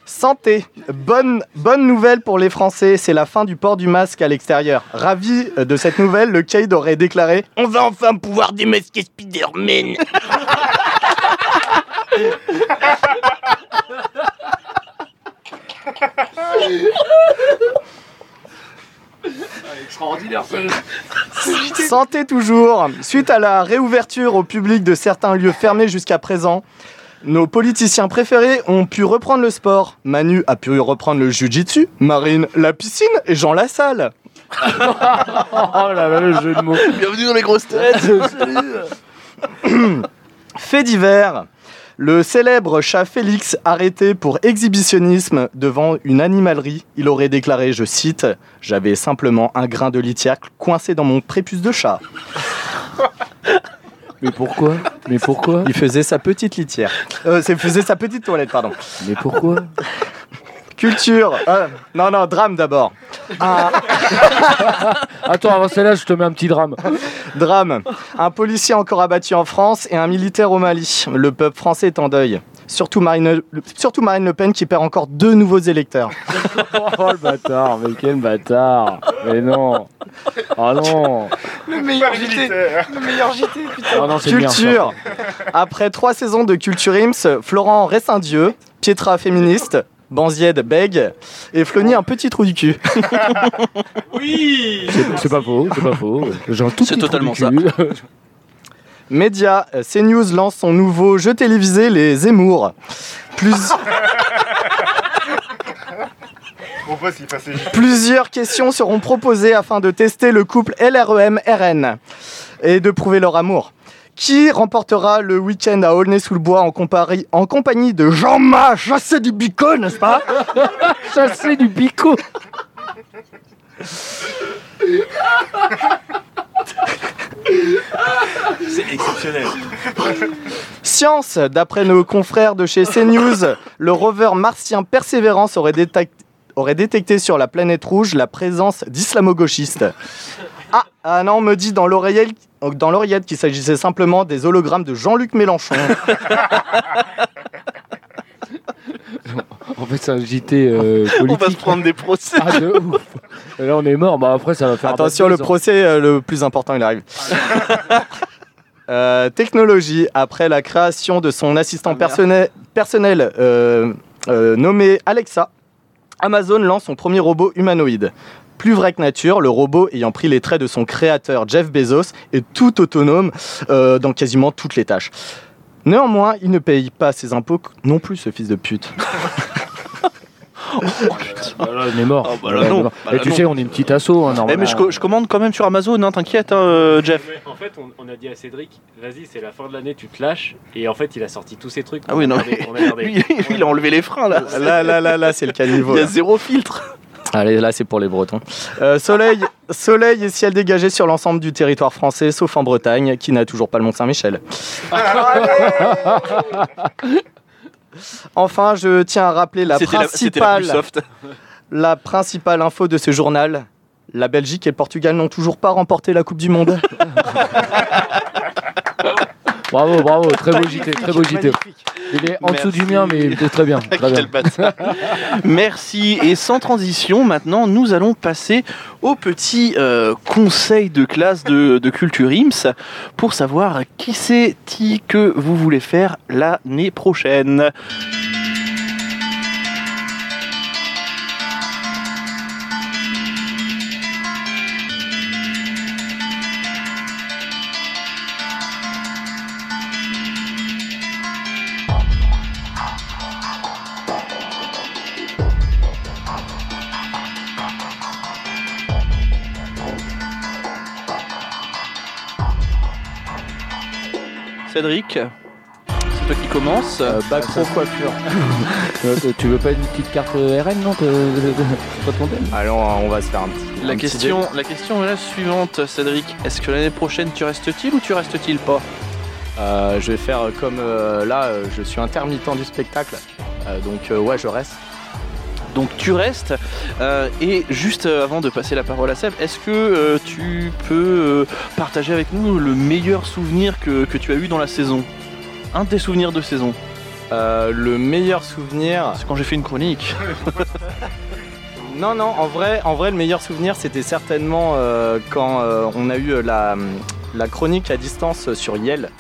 [SPEAKER 8] Santé bonne, bonne nouvelle pour les Français, c'est la fin du port du masque à l'extérieur. Ravi euh, de cette nouvelle, le CAID aurait déclaré « On va enfin pouvoir démasquer Spider-Man » Santé toujours. Suite à la réouverture au public de certains lieux fermés jusqu'à présent, nos politiciens préférés ont pu reprendre le sport. Manu a pu reprendre le jujitsu, Marine la piscine et Jean la salle.
[SPEAKER 2] oh là là, le jeu de mots.
[SPEAKER 1] Bienvenue dans les grosses têtes.
[SPEAKER 8] Fait divers. Le célèbre chat Félix arrêté pour exhibitionnisme devant une animalerie, il aurait déclaré, je cite, J'avais simplement un grain de litière coincé dans mon prépuce de chat.
[SPEAKER 2] Mais pourquoi Mais pourquoi
[SPEAKER 8] Il faisait sa petite litière. Euh, c'est- faisait sa petite toilette, pardon.
[SPEAKER 2] Mais pourquoi
[SPEAKER 8] Culture. Euh, non, non, drame d'abord. Un-
[SPEAKER 2] Attends, avant celle-là, je te mets un petit drame.
[SPEAKER 8] Drame. Un policier encore abattu en France et un militaire au Mali. Le peuple français est en deuil. Surtout Marine, surtout Marine Le Pen qui perd encore deux nouveaux électeurs.
[SPEAKER 2] Oh le bâtard, mais quel bâtard Mais non Oh non
[SPEAKER 7] Le meilleur JT. Le meilleur JT, putain.
[SPEAKER 2] Oh non, c'est bien, ça.
[SPEAKER 8] Culture. Après trois saisons de Culture Ims, Florent Ressindieu, Pietra féministe, Banzied bègue et Flony un petit trou du cul.
[SPEAKER 2] C'est- C'est pas faux, c'est pas faux. J'ai un tout
[SPEAKER 1] C'est
[SPEAKER 2] petit trou
[SPEAKER 1] totalement
[SPEAKER 2] du cul.
[SPEAKER 8] Média, euh, CNews lance son nouveau jeu télévisé Les Zemmour. Plus-
[SPEAKER 7] Bon, pas s'il passait.
[SPEAKER 8] plusieurs questions seront proposées afin de tester le couple E LREM-RN et de prouver leur amour. Qui remportera le week-end à Aulnay-sous-le-Bois en, compari- en compagnie de Jean-Ma, chassé du bicon, n'est-ce pas
[SPEAKER 2] Chassé du bico
[SPEAKER 10] C'est exceptionnel.
[SPEAKER 8] Science, d'après nos confrères de chez CNews, le rover martien Perseverance aurait, détac- aurait détecté sur la planète rouge la présence d'islamo-gauchistes. Ah, ah non, on me dit dans l'oreillette dans l'oreillette qu'il s'agissait simplement des hologrammes de Jean-Luc Mélenchon.
[SPEAKER 2] En fait, c'est un JT euh,
[SPEAKER 1] On va se
[SPEAKER 2] politique.
[SPEAKER 1] prendre des procès.
[SPEAKER 2] Ah, de ouf Et Là, on est mort, bah après, ça va faire... un
[SPEAKER 8] Attention,
[SPEAKER 2] bad
[SPEAKER 8] le
[SPEAKER 2] buzz, hein.
[SPEAKER 8] procès euh, le plus important, il arrive. Euh, technologie, après la création de son
[SPEAKER 2] Ah,
[SPEAKER 8] assistant personnel, personnel, euh, euh, nommé Alexa, Amazon lance son premier robot humanoïde. Plus vrai que nature, le robot ayant pris les traits de son créateur Jeff Bezos est tout autonome euh, dans quasiment toutes les tâches. Néanmoins, il ne paye pas ses impôts non plus, ce fils de pute.
[SPEAKER 2] Ah, là, on est mort.
[SPEAKER 1] Ah, bah là,
[SPEAKER 2] Ouais, on est
[SPEAKER 1] non.
[SPEAKER 2] mort.
[SPEAKER 1] Bah
[SPEAKER 2] Et
[SPEAKER 1] là,
[SPEAKER 2] tu
[SPEAKER 1] non.
[SPEAKER 2] sais, on est une petite asso, hein, normalement.
[SPEAKER 1] Eh, mais je, co- je commande quand même sur Amazon, hein, t'inquiète, hein, euh, Jeff.
[SPEAKER 11] Mais en fait, on, on a dit à Cédric, vas-y, c'est la fin de l'année, tu te lâches. Et en fait, il a sorti tous ses trucs.
[SPEAKER 1] Ah oui, non, mais
[SPEAKER 11] On a gardé-
[SPEAKER 1] lui, lui, il a enlevé les freins là.
[SPEAKER 8] Là, là, là, là, c'est le caniveau.
[SPEAKER 1] Il y a
[SPEAKER 8] là.
[SPEAKER 1] zéro filtre.
[SPEAKER 8] Allez, là, c'est pour les Bretons. Euh, soleil, soleil et ciel dégagé sur l'ensemble du territoire français, sauf en Bretagne, qui n'a toujours pas le Mont-Saint-Michel.
[SPEAKER 7] Ah,
[SPEAKER 8] Enfin, je tiens à rappeler la
[SPEAKER 1] C'était la- c'était la
[SPEAKER 8] principale,
[SPEAKER 1] plus
[SPEAKER 8] la,
[SPEAKER 1] soft.
[SPEAKER 8] principale info de ce journal. La Belgique et le Portugal n'ont toujours pas remporté la Coupe du Monde.
[SPEAKER 2] Bravo, bravo, très beau JT, très beau JT. Il est en dessous du
[SPEAKER 1] Merci.
[SPEAKER 2] mien, mais il est très bien, très bien.
[SPEAKER 1] Quel bâtard. Merci. Et sans transition, maintenant, nous allons passer au petit euh, conseil de classe de, de Culture IMS pour savoir qui c'est qui que vous voulez faire l'année prochaine. Cédric, c'est toi qui commence.
[SPEAKER 8] Euh, bac pro coiffure.
[SPEAKER 2] Euh, Tu veux pas une petite carte euh, RN, non Pas ton thème
[SPEAKER 8] Allons, euh, on va se faire un petit.
[SPEAKER 1] La
[SPEAKER 8] un petit
[SPEAKER 1] question, la question est la suivante, Cédric. Est-ce que l'année prochaine tu restes-t-il ou tu restes-t-il pas
[SPEAKER 8] dé- Euh, je vais faire euh, comme euh, là, euh, je suis intermittent du spectacle. Euh, donc, euh, ouais, je reste.
[SPEAKER 1] Donc tu restes. Euh, et juste euh, avant de passer la parole à Seb, est-ce que euh, tu peux euh, partager avec nous le meilleur souvenir que, que tu as eu dans la saison Un de tes souvenirs de saison
[SPEAKER 8] Euh, le meilleur souvenir.
[SPEAKER 1] Ah, C'est quand j'ai fait une chronique.
[SPEAKER 8] Non, non, en vrai, en vrai le meilleur souvenir, c'était certainement euh, quand euh, on a eu euh, la, la chronique à distance sur Yale.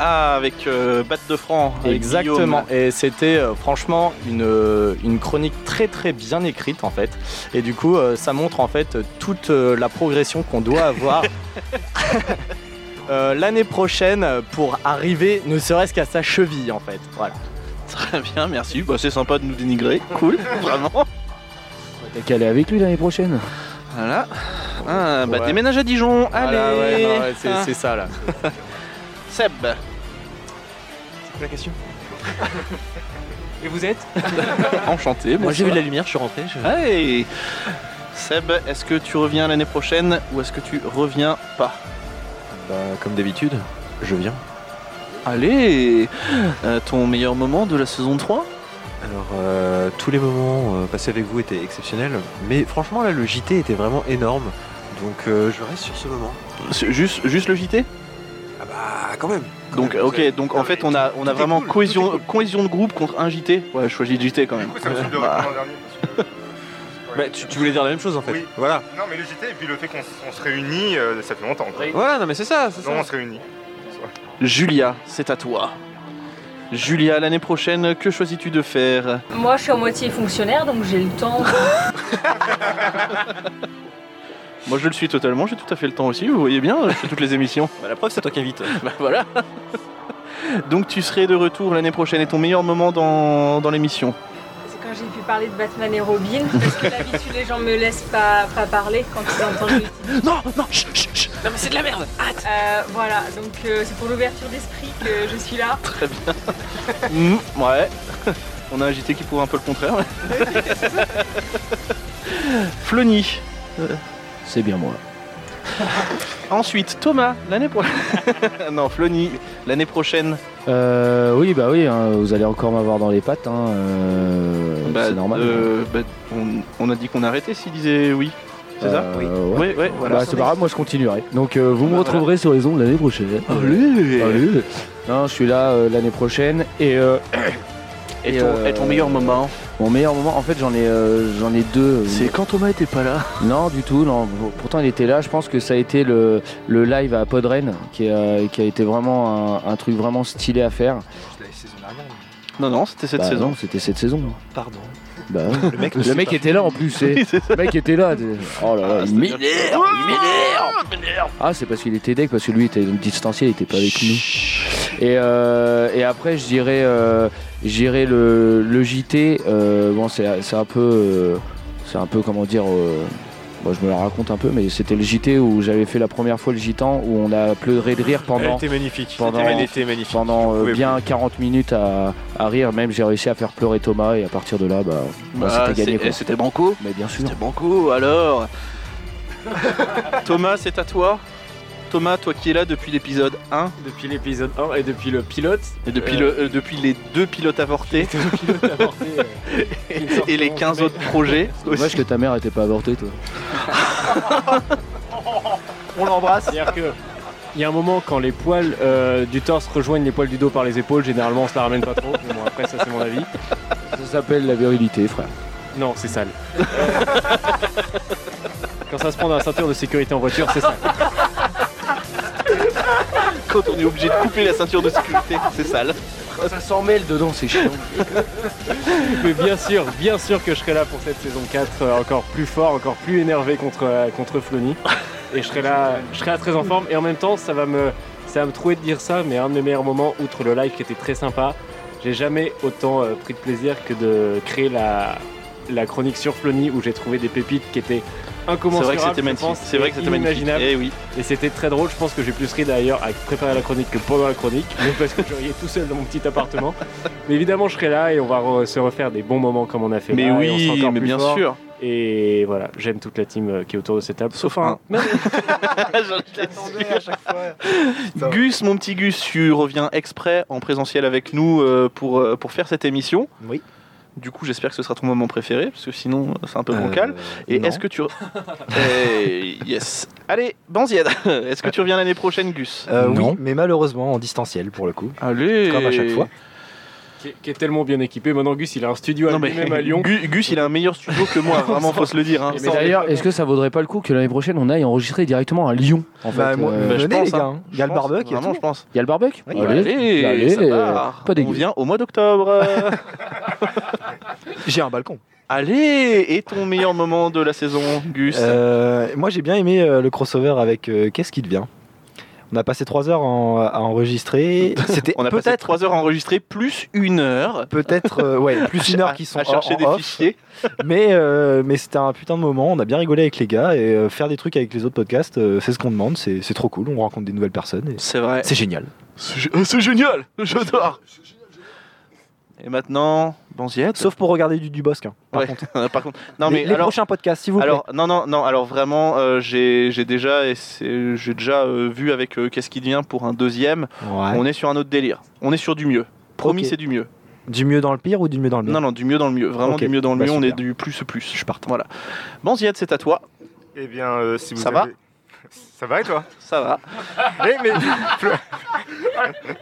[SPEAKER 1] Ah, avec euh, Batte de Franc. avec
[SPEAKER 8] Exactement.
[SPEAKER 1] Guillaume.
[SPEAKER 8] Et c'était euh, franchement une, euh, une chronique très très bien écrite en fait. Et du coup, euh, ça montre en fait toute euh, la progression qu'on doit avoir. euh, L'année prochaine pour arriver ne serait-ce qu'à sa cheville en fait. Voilà.
[SPEAKER 1] Très bien, merci. Bah, c'est sympa de nous dénigrer. Cool, vraiment.
[SPEAKER 2] T'as qu'à aller avec lui l'année prochaine.
[SPEAKER 1] Voilà. Ah, bah, déménage à Dijon. Allez.
[SPEAKER 10] Voilà, Ah ouais, non, ouais, c'est-
[SPEAKER 1] Ah.
[SPEAKER 10] c'est ça, là.
[SPEAKER 1] Seb.
[SPEAKER 10] la question Et vous êtes
[SPEAKER 1] Enchanté.
[SPEAKER 10] Moi, j'ai vu de la
[SPEAKER 1] lumière, je suis rentré. Seb, est-ce que tu reviens l'année prochaine ou est-ce que tu reviens pas
[SPEAKER 10] Bah, comme d'habitude, je viens.
[SPEAKER 1] Allez, euh, ton meilleur moment de la saison 3
[SPEAKER 10] Alors, euh, tous les moments euh, passés avec vous étaient exceptionnels, mais franchement, là, le JT était vraiment énorme. Donc, euh, je reste sur ce moment.
[SPEAKER 1] Juste, juste le JT
[SPEAKER 10] Ah bah, quand même. quand
[SPEAKER 1] Donc
[SPEAKER 10] même, vous
[SPEAKER 1] ok,
[SPEAKER 10] avez-
[SPEAKER 1] donc en fait on a, on a vraiment cohésion, cohésion de groupe contre un JT. Ouais, je choisis le JT quand même.
[SPEAKER 7] ça me saoule de
[SPEAKER 1] Bah,
[SPEAKER 7] répondre en dernier.
[SPEAKER 10] Bah, tu, tu voulais dire la même chose, en fait.
[SPEAKER 7] Oui.
[SPEAKER 10] Voilà.
[SPEAKER 7] Non, mais le JT, et puis le fait qu'on s- on se réunit, euh, ça fait longtemps. quoi.
[SPEAKER 10] Voilà, non, mais c'est ça, c'est
[SPEAKER 7] Non,
[SPEAKER 10] ça.
[SPEAKER 7] on se réunit.
[SPEAKER 1] Julia, c'est à toi. Julia, l'année prochaine, que choisis-tu de faire
[SPEAKER 4] Moi, je suis à moitié fonctionnaire, donc j'ai le temps.
[SPEAKER 1] Moi je le suis totalement, j'ai tout à fait le temps aussi, vous voyez bien, je fais toutes les émissions. la preuve c'est toi qui invite. bah voilà. Donc tu serais de retour l'année prochaine et ton meilleur moment dans, dans l'émission
[SPEAKER 4] C'est quand j'ai pu parler de Batman et Robin, parce que d'habitude, les gens me laissent pas, pas parler quand ils entendent le
[SPEAKER 1] Non, non, Non, mais c'est de la merde
[SPEAKER 4] Voilà, donc euh, c'est pour l'ouverture d'esprit que je suis là.
[SPEAKER 1] Très bien. Mm, ouais. On a un JT qui prouve un peu le contraire. Flony.
[SPEAKER 2] C'est bien moi.
[SPEAKER 1] Ensuite, Thomas, l'année prochaine. non, Flony, l'année prochaine.
[SPEAKER 2] Euh, oui, bah oui, hein, vous allez encore m'avoir dans les pattes. hein, euh,
[SPEAKER 1] Bah,
[SPEAKER 2] c'est normal.
[SPEAKER 1] euh, bah, on, on a dit qu'on arrêtait s'il disait oui. C'est ça
[SPEAKER 2] Euh,
[SPEAKER 1] Oui,
[SPEAKER 2] ouais.
[SPEAKER 1] oui, voilà.
[SPEAKER 2] Bah, c'est pas grave, moi je continuerai. Donc euh, vous me retrouverez sur les ondes l'année prochaine.
[SPEAKER 1] Allez,
[SPEAKER 2] Non, je suis là euh, l'année prochaine et. euh,
[SPEAKER 1] Et ton- et ton meilleur moment
[SPEAKER 2] Mon meilleur moment, en fait, j'en ai, euh, j'en ai deux.
[SPEAKER 1] C'est quand Thomas était pas là
[SPEAKER 2] Non, du tout. Non. Pourtant, il était là. Je pense que ça a été le, le live à Podren qui a, qui a été vraiment un, un truc vraiment stylé à faire.
[SPEAKER 1] Non, non, c'était cette
[SPEAKER 2] Bah
[SPEAKER 1] saison.
[SPEAKER 2] non, C'était cette saison.
[SPEAKER 10] Pardon.
[SPEAKER 2] Bah, ouais.
[SPEAKER 1] Le mec
[SPEAKER 2] le mec,
[SPEAKER 1] ne sait pas.
[SPEAKER 2] était là en plus. c'est-
[SPEAKER 1] Oui, c'est ça. Ah,
[SPEAKER 2] le mec était là. t'es- Oh là là, il m'énerve.
[SPEAKER 1] il m'énerve
[SPEAKER 2] Ah, c'est parce qu'il était deck, parce que lui était distancié, il était pas avec nous. Et, euh, et après, je dirais, euh, je dirais le, le JT. euh, bon, c'est c'est un peu. euh, c'est un peu, comment dire. euh, bon, je me la raconte un peu, mais c'était le JT où j'avais fait la première fois le Gitan, où on a pleuré de rire pendant.
[SPEAKER 10] Elle était magnifique.
[SPEAKER 2] Pendant,
[SPEAKER 10] Elle était magnifique.
[SPEAKER 2] pendant euh,
[SPEAKER 10] pouvais
[SPEAKER 2] bien 40 minutes à, à rire, même j'ai réussi à faire pleurer Thomas, et à partir de là, bah, bah,
[SPEAKER 1] Bah,
[SPEAKER 2] c'était gagné.
[SPEAKER 1] c'est-
[SPEAKER 2] quoi.
[SPEAKER 1] C'était banco
[SPEAKER 2] Mais bien sûr.
[SPEAKER 1] C'était banco, alors Thomas, c'est à toi. Thomas, toi qui es là depuis l'épisode 1.
[SPEAKER 11] Depuis l'épisode 1 et depuis le pilote.
[SPEAKER 1] Et depuis,
[SPEAKER 11] Euh,
[SPEAKER 1] le- euh, depuis les deux pilotes avortés.
[SPEAKER 11] euh,
[SPEAKER 1] et les 15 autres projets.
[SPEAKER 2] C'est dommage que ta mère était pas avortée, toi.
[SPEAKER 11] On l'embrasse. C'est-à-dire que. Il y a un moment quand les poils euh, du torse rejoignent les poils du dos par les épaules, généralement on se la ramène pas trop. Mais bon, après, ça c'est mon avis.
[SPEAKER 2] Ça s'appelle la virilité, frère.
[SPEAKER 11] Non, c'est sale. Euh, quand ça se prend dans la ceinture de sécurité en voiture, c'est sale.
[SPEAKER 1] Quand on est obligé de couper la ceinture de sécurité, c'est sale.
[SPEAKER 2] Ça s'en mêle dedans, c'est chiant.
[SPEAKER 11] Mais bien sûr, bien sûr que je serai là pour cette saison 4, euh, encore plus fort, encore plus énervé contre, euh, contre Flony. Et je serai là, je serai là très en forme. Et en même temps, ça va me, ça va me trouver de dire ça, mais un de mes meilleurs moments, outre le live qui était très sympa, j'ai jamais autant euh, pris de plaisir que de créer la, la chronique sur Flony où j'ai trouvé des pépites qui étaient
[SPEAKER 1] C'est vrai
[SPEAKER 11] incommensurables.
[SPEAKER 1] que c'était
[SPEAKER 11] je
[SPEAKER 1] magnifique.
[SPEAKER 11] pense,
[SPEAKER 1] C'est vrai que
[SPEAKER 11] et
[SPEAKER 1] c'était magnifique.
[SPEAKER 11] inimaginables.
[SPEAKER 1] Eh oui.
[SPEAKER 11] Et c'était très drôle, je pense que j'ai plus ri d'ailleurs à préparer la chronique que pendant la chronique, même parce que je riais tout seul dans mon petit appartement. Mais évidemment, je serai là et on va re- se refaire des bons moments comme on a fait
[SPEAKER 1] Mais
[SPEAKER 11] là,
[SPEAKER 1] oui,
[SPEAKER 11] et Eh ben, on sera encore
[SPEAKER 1] mais
[SPEAKER 11] plus
[SPEAKER 1] bien
[SPEAKER 11] fort.
[SPEAKER 1] sûr.
[SPEAKER 11] Et voilà, j'aime toute la team euh, qui est autour de cette table, sauf un.
[SPEAKER 1] Ah, Gus, mon petit Gus, tu reviens exprès en présentiel avec nous euh, pour, euh, pour faire cette émission.
[SPEAKER 5] Oui.
[SPEAKER 1] Du coup, j'espère que ce sera ton moment préféré, parce que sinon, euh, c'est un peu bancal. Et
[SPEAKER 5] non.
[SPEAKER 1] est-ce que tu. Eh, yes. Allez, Banziade, est-ce que tu reviens l'année prochaine, Gus
[SPEAKER 5] Euh, oui, mais malheureusement en distanciel pour le coup.
[SPEAKER 1] Allez.
[SPEAKER 5] Comme à chaque fois.
[SPEAKER 11] Qui est, qui est tellement bien équipé. Maintenant, Gus, il a un studio à
[SPEAKER 1] Non, mais
[SPEAKER 11] lui-même à Lyon.
[SPEAKER 1] Gu- Gus, il a un meilleur studio que moi, vraiment, faut se le dire. hein.
[SPEAKER 2] Mais d'ailleurs, est-ce que ça vaudrait pas le coup que l'année prochaine on aille enregistrer directement à Lyon en fait
[SPEAKER 5] Bah, moi,
[SPEAKER 2] euh,
[SPEAKER 1] je
[SPEAKER 5] venez,
[SPEAKER 1] pense,
[SPEAKER 5] les gars,
[SPEAKER 1] hein.
[SPEAKER 5] hein. Il y a le
[SPEAKER 1] Je pense,
[SPEAKER 5] barbecue, il y a
[SPEAKER 1] Vraiment,
[SPEAKER 5] tout.
[SPEAKER 1] je pense.
[SPEAKER 2] Il y a le barbecue
[SPEAKER 5] Oui,
[SPEAKER 1] Allez, ça part.
[SPEAKER 2] pas
[SPEAKER 1] On
[SPEAKER 2] dégueu.
[SPEAKER 1] vient au mois d'octobre.
[SPEAKER 5] J'ai un balcon.
[SPEAKER 1] Allez, et ton meilleur moment de la saison, Gus
[SPEAKER 5] Euh, moi j'ai bien aimé euh, le crossover avec euh, Qu'est-ce qui euh, devient On a passé 3 heures en- à enregistrer. C'était
[SPEAKER 1] On a passé
[SPEAKER 5] peut-être
[SPEAKER 1] 3 heures enregistrées, plus une heure.
[SPEAKER 5] Peut-être, euh, ouais, plus une heure
[SPEAKER 1] À-
[SPEAKER 5] qui sont
[SPEAKER 1] à chercher
[SPEAKER 5] en- en
[SPEAKER 1] des
[SPEAKER 5] off.
[SPEAKER 1] fichiers.
[SPEAKER 5] Mais, euh, mais c'était un putain de moment, on a bien rigolé avec les gars et euh, faire des trucs avec les autres podcasts, euh, c'est ce qu'on demande, c'est c'est trop cool, on rencontre des nouvelles personnes.
[SPEAKER 1] C'est vrai.
[SPEAKER 5] C'est euh, génial.
[SPEAKER 1] C'est génial, j'adore. Et maintenant, Bonziette.
[SPEAKER 5] Sauf pour regarder du Dubosc. hein, par
[SPEAKER 1] Ouais,
[SPEAKER 5] contre.
[SPEAKER 1] par contre. Non,
[SPEAKER 5] Les-
[SPEAKER 1] mais
[SPEAKER 5] les
[SPEAKER 1] alors,
[SPEAKER 5] prochains podcasts, s'il vous
[SPEAKER 1] alors, Non, non, non. Alors vraiment, euh, j'ai j'ai déjà, essayé- j'ai déjà euh, vu avec euh, qu'est-ce qui devient pour un deuxième. On est sur un autre délire. On est sur du mieux. Promis,
[SPEAKER 5] Ok.
[SPEAKER 1] c'est du mieux.
[SPEAKER 5] Du mieux dans le pire ou du mieux dans le mieux
[SPEAKER 1] Non, non, du mieux dans le mieux. Vraiment
[SPEAKER 5] Ok,
[SPEAKER 1] du mieux dans le
[SPEAKER 5] bah,
[SPEAKER 1] mieux. On est
[SPEAKER 5] super.
[SPEAKER 1] du plus plus. Je partant. Voilà. Banziette, c'est à toi.
[SPEAKER 7] Eh bien, euh, si vous
[SPEAKER 1] Ça va
[SPEAKER 7] avez- Ça va et toi
[SPEAKER 1] Ça va.
[SPEAKER 7] Mais, mais...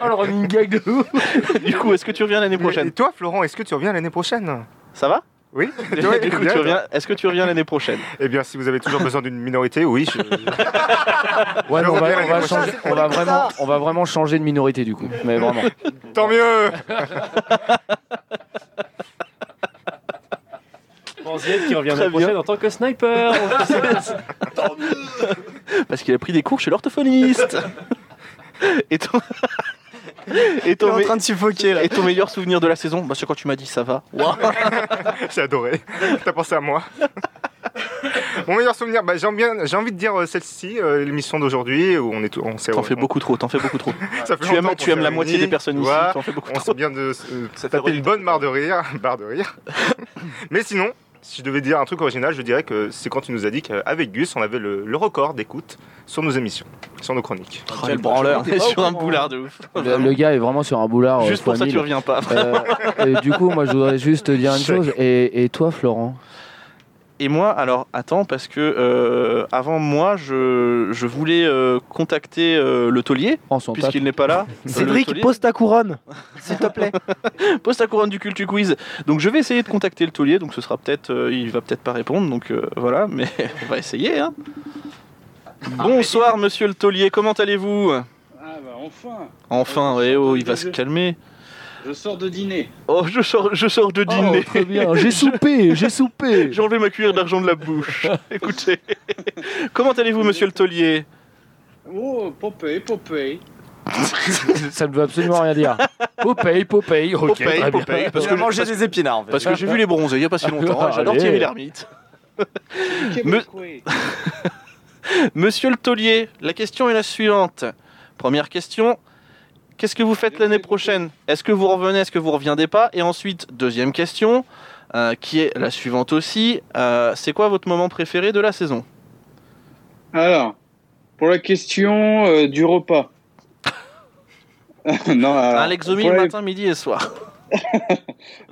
[SPEAKER 2] Oh, le running gag de
[SPEAKER 1] du coup, est-ce que tu reviens l'année
[SPEAKER 7] prochaine Et toi, Florent, est-ce que tu reviens l'année prochaine
[SPEAKER 1] Ça va
[SPEAKER 7] Oui.
[SPEAKER 1] Du
[SPEAKER 7] Toi,
[SPEAKER 1] coup,
[SPEAKER 7] bien,
[SPEAKER 1] tu
[SPEAKER 7] toi
[SPEAKER 1] reviens- Est-ce que tu reviens l'année prochaine
[SPEAKER 7] Eh bien, si vous avez toujours besoin d'une minorité, oui. je-
[SPEAKER 2] Ouais,
[SPEAKER 7] Je
[SPEAKER 2] mais on va,
[SPEAKER 7] reviens
[SPEAKER 2] on va
[SPEAKER 7] l'année
[SPEAKER 2] changer-
[SPEAKER 7] prochaine.
[SPEAKER 2] on va vraiment, on va vraiment changer de minorité du coup. Mais vraiment.
[SPEAKER 7] Tant mieux
[SPEAKER 11] Franziette qui revient
[SPEAKER 1] Très
[SPEAKER 11] l'année
[SPEAKER 1] bien.
[SPEAKER 11] prochaine en tant que sniper.
[SPEAKER 1] Parce qu'il a pris des cours chez l'orthophoniste. Et ton... Et ton
[SPEAKER 5] Il est en
[SPEAKER 1] me-
[SPEAKER 5] train de suffoquer, là.
[SPEAKER 1] Et ton meilleur souvenir de la saison Bah, c'est quand tu m'as dit ça va.
[SPEAKER 7] J'ai adoré. T'as pensé à moi. Mon meilleur souvenir, bah, j'ai bien- j'ai envie de dire euh, celle-ci, euh, l'émission d'aujourd'hui où on est, tout- on s'est,
[SPEAKER 1] T'en
[SPEAKER 7] on-
[SPEAKER 1] fais beaucoup trop, t'en fais beaucoup trop.
[SPEAKER 7] Ça fait
[SPEAKER 1] tu aimes,
[SPEAKER 7] longtemps qu'on
[SPEAKER 1] tu aimes
[SPEAKER 7] s'est
[SPEAKER 1] la moitié
[SPEAKER 7] réunis,
[SPEAKER 1] des personnes
[SPEAKER 7] tu
[SPEAKER 1] ici,
[SPEAKER 7] vois.
[SPEAKER 1] t'en fais
[SPEAKER 5] Oh,
[SPEAKER 1] beaucoup
[SPEAKER 7] On
[SPEAKER 1] trop.
[SPEAKER 7] s'est bien de se- euh,
[SPEAKER 1] Ça fait
[SPEAKER 7] taper une bonne barre de rire, barre de rire. Mais sinon, si je devais dire un truc original, je dirais que c'est quand tu nous as dit qu'avec Gus, on avait le, le record d'écoute sur nos émissions, sur nos chroniques.
[SPEAKER 1] Quel branleur, t'es
[SPEAKER 5] Oh,
[SPEAKER 1] sur un boulard de ouf.
[SPEAKER 2] Le, le gars est vraiment sur un
[SPEAKER 5] Ah,
[SPEAKER 2] boulard.
[SPEAKER 1] Juste
[SPEAKER 2] euh,
[SPEAKER 1] pour
[SPEAKER 2] fois
[SPEAKER 1] ça, tu
[SPEAKER 2] mille.
[SPEAKER 1] reviens pas.
[SPEAKER 2] Euh, et du coup, moi, je voudrais juste te dire une chose. Et, et toi, Florent
[SPEAKER 1] Et moi, alors attends, parce que euh, avant moi, je, je voulais euh, contacter euh, le taulier,
[SPEAKER 2] Oh,
[SPEAKER 1] puisqu'il n'est pas là. Le
[SPEAKER 5] Cédric,
[SPEAKER 1] taulier.
[SPEAKER 5] pose ta couronne S'il te plaît
[SPEAKER 1] Poste à couronne du Cultu Quiz. Donc je vais essayer de contacter le taulier, donc ce sera peut-être. euh, il va peut-être pas répondre, donc euh, voilà, mais on va essayer. hein. Bonsoir monsieur le taulier, comment allez-vous
[SPEAKER 8] Ah bah enfin
[SPEAKER 1] Enfin, eh oh, il va se calmer.
[SPEAKER 8] Je sors de dîner.
[SPEAKER 1] Oh, je sors, je sors de
[SPEAKER 2] Oh,
[SPEAKER 1] dîner.
[SPEAKER 8] très bien, j'ai
[SPEAKER 1] soupé, j'ai soupé. Oh, J'ai enlevé ma cuillère d'argent de la bouche. Écoutez, comment allez-vous monsieur le taulier
[SPEAKER 8] Oh, Popeye, Popeye.
[SPEAKER 2] Ça ne veut absolument rien dire. Popeye, Popeye, ok.
[SPEAKER 1] Popeye,
[SPEAKER 2] très Ah bien.
[SPEAKER 1] Popeye, parce Il a que- mangé parce- des épinards, en fait. parce que j'ai vu Les Bronzés, il y a pas si longtemps, et j'adore
[SPEAKER 2] Allez.
[SPEAKER 1] Thierry Lhermitte. Me- Monsieur le taulier, la question est la suivante. Première question, qu'est-ce que vous faites l'année prochaine Est-ce que vous revenez, est-ce que vous reviendez pas Et ensuite, deuxième question, euh, qui est la suivante aussi, euh, c'est quoi votre moment préféré de la saison
[SPEAKER 8] Alors, pour la question euh, du repas. non, alors,
[SPEAKER 1] Alex Zomi,
[SPEAKER 8] pour
[SPEAKER 1] le
[SPEAKER 8] la-
[SPEAKER 1] matin, midi et soir.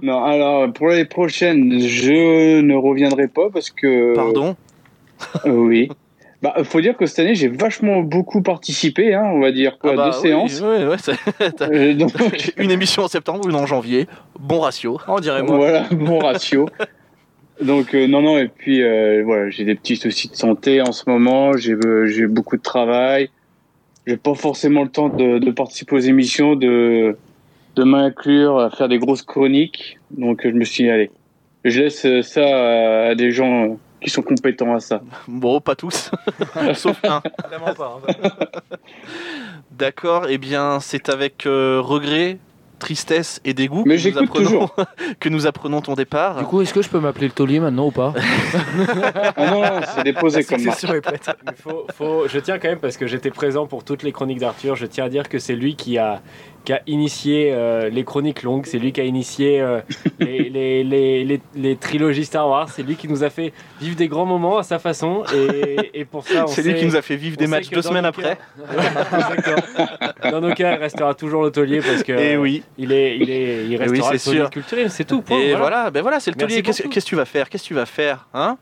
[SPEAKER 8] Non, alors pour l'année prochaine, je ne reviendrai pas parce que.
[SPEAKER 1] Pardon
[SPEAKER 8] Euh, Oui. Bah, faut dire que cette année, j'ai vachement beaucoup participé, hein, on va dire quoi,
[SPEAKER 1] Ah bah
[SPEAKER 8] deux
[SPEAKER 1] oui,
[SPEAKER 8] séances.
[SPEAKER 1] ouais, ouais, c'est- t'as-
[SPEAKER 8] Euh, donc-
[SPEAKER 1] une émission en septembre, une en janvier. Bon ratio. On dirait
[SPEAKER 8] Voilà, bon ratio. Donc euh, non, non, et puis euh, voilà, j'ai des petits soucis de santé en ce moment, j'ai euh, j'ai beaucoup de travail, j'ai pas forcément le temps de, de participer aux émissions, de, de m'inclure, à faire des grosses chroniques, donc euh, je me suis dit, allez, je laisse euh, ça à, à des gens euh, qui sont compétents à ça.
[SPEAKER 1] Bon, pas tous, sauf un. D'accord, eh bien c'est avec euh, regret, tristesse et dégoût
[SPEAKER 8] Mais
[SPEAKER 1] que nous,
[SPEAKER 8] j'écoute
[SPEAKER 1] apprenons, que nous apprenons ton départ.
[SPEAKER 2] Du coup, est-ce que je peux m'appeler le taulier maintenant ou pas
[SPEAKER 8] Ah non, c'est déposé
[SPEAKER 2] comme succession marque.
[SPEAKER 11] Mais faut- faut- je tiens quand même, parce que j'étais présent pour toutes les chroniques d'Arthur, je tiens à dire que c'est lui qui a, qui a initié euh, les chroniques longues, c'est lui qui a initié euh, les, les, les- les- les trilogies Star Wars, c'est lui qui nous a fait vivre des grands moments à sa façon. Et, et pour ça, on
[SPEAKER 1] C'est lui
[SPEAKER 11] sait-
[SPEAKER 1] qui nous a fait vivre des
[SPEAKER 11] on
[SPEAKER 1] matchs
[SPEAKER 11] sait que
[SPEAKER 1] deux
[SPEAKER 11] dans
[SPEAKER 1] semaines
[SPEAKER 11] nos
[SPEAKER 1] après.
[SPEAKER 11] cas- Exactement. dans nos cas, il restera toujours l'hôtelier parce que
[SPEAKER 1] Eh oui.
[SPEAKER 11] il, est, il, est, il
[SPEAKER 1] Eh oui,
[SPEAKER 11] restera
[SPEAKER 1] c'est
[SPEAKER 11] le taulier
[SPEAKER 1] sûr.
[SPEAKER 11] culturel, c'est tout. point,
[SPEAKER 1] et voilà, ben voilà, c'est le
[SPEAKER 11] Merci
[SPEAKER 1] taulier.
[SPEAKER 11] pour
[SPEAKER 1] Qu'est-ce qu'est-ce que tu vas faire Qu'est-ce que tu vas faire hein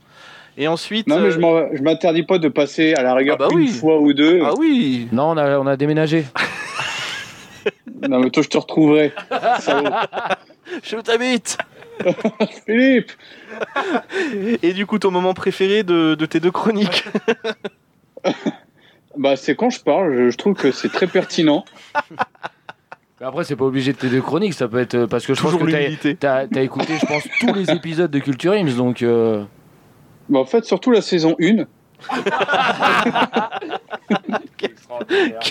[SPEAKER 1] Et ensuite.
[SPEAKER 8] Non mais
[SPEAKER 1] euh,
[SPEAKER 8] je m'en- je m'interdis pas de passer à la rigueur
[SPEAKER 1] Ah bah
[SPEAKER 8] une
[SPEAKER 1] oui.
[SPEAKER 8] fois ou deux.
[SPEAKER 1] Ah oui
[SPEAKER 2] Non, on a, on a déménagé.
[SPEAKER 8] Non mais toi je te retrouverai.
[SPEAKER 1] je t'habite
[SPEAKER 8] Philippe
[SPEAKER 1] Et du coup, ton moment préféré de, de tes deux chroniques
[SPEAKER 8] Bah c'est quand je parle, je, je trouve que c'est très pertinent.
[SPEAKER 2] Mais Après, c'est pas obligé de tes deux chroniques, ça peut être euh, parce que je
[SPEAKER 8] Toujours
[SPEAKER 2] pense que
[SPEAKER 8] l'humilité.
[SPEAKER 2] t'as- t'as t'as écouté, je pense, tous les épisodes de Culture Ims, donc. euh,
[SPEAKER 8] Bah en fait surtout la saison 1.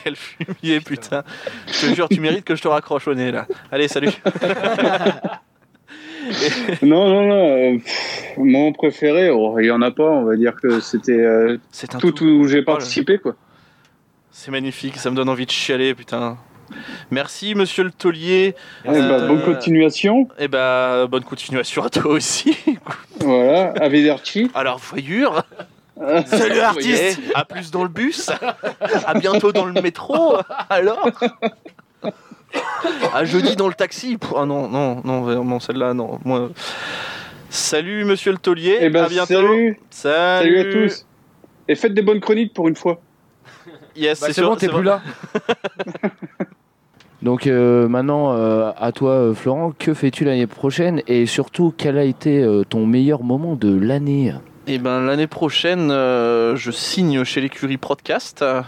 [SPEAKER 1] Quel fumier, putain. Je te jure, tu mérites que je te raccroche au nez, là. Allez, salut.
[SPEAKER 12] non, non, non. euh, pff, mon préféré, oh, il y en a pas. On va dire que c'était euh,
[SPEAKER 1] un
[SPEAKER 12] tout, où j'ai participé, quoi.
[SPEAKER 1] Oh C'est magnifique, ça me donne envie de chialer, putain. Merci, monsieur le taulier.
[SPEAKER 12] Eh ben, bonne continuation.
[SPEAKER 1] Et bah, bonne continuation à toi aussi.
[SPEAKER 12] Voilà, Avidarchi.
[SPEAKER 1] Alors, voyure. Salut, artiste. à plus dans le bus. à bientôt dans le métro. Alors À jeudi dans le taxi. Pouh, Ah non, non, non, vraiment, celle-là, non. Moi... Salut, monsieur le taulier.
[SPEAKER 12] Eh ben,
[SPEAKER 1] à bientôt.
[SPEAKER 12] salut.
[SPEAKER 1] Salut.
[SPEAKER 12] Salut à tous. Et faites des bonnes chroniques pour une fois.
[SPEAKER 1] Yes,
[SPEAKER 12] Bah,
[SPEAKER 1] c'est
[SPEAKER 12] c'est
[SPEAKER 1] sûr,
[SPEAKER 12] bon, t'es
[SPEAKER 1] c'est
[SPEAKER 12] plus
[SPEAKER 1] vrai.
[SPEAKER 12] là.
[SPEAKER 2] Donc euh, maintenant, euh, à toi euh, Florent, que fais-tu l'année prochaine et surtout quel a été euh, ton meilleur moment de l'année
[SPEAKER 1] Et ben l'année prochaine, euh, je signe chez l'écurie Podcast. Euh,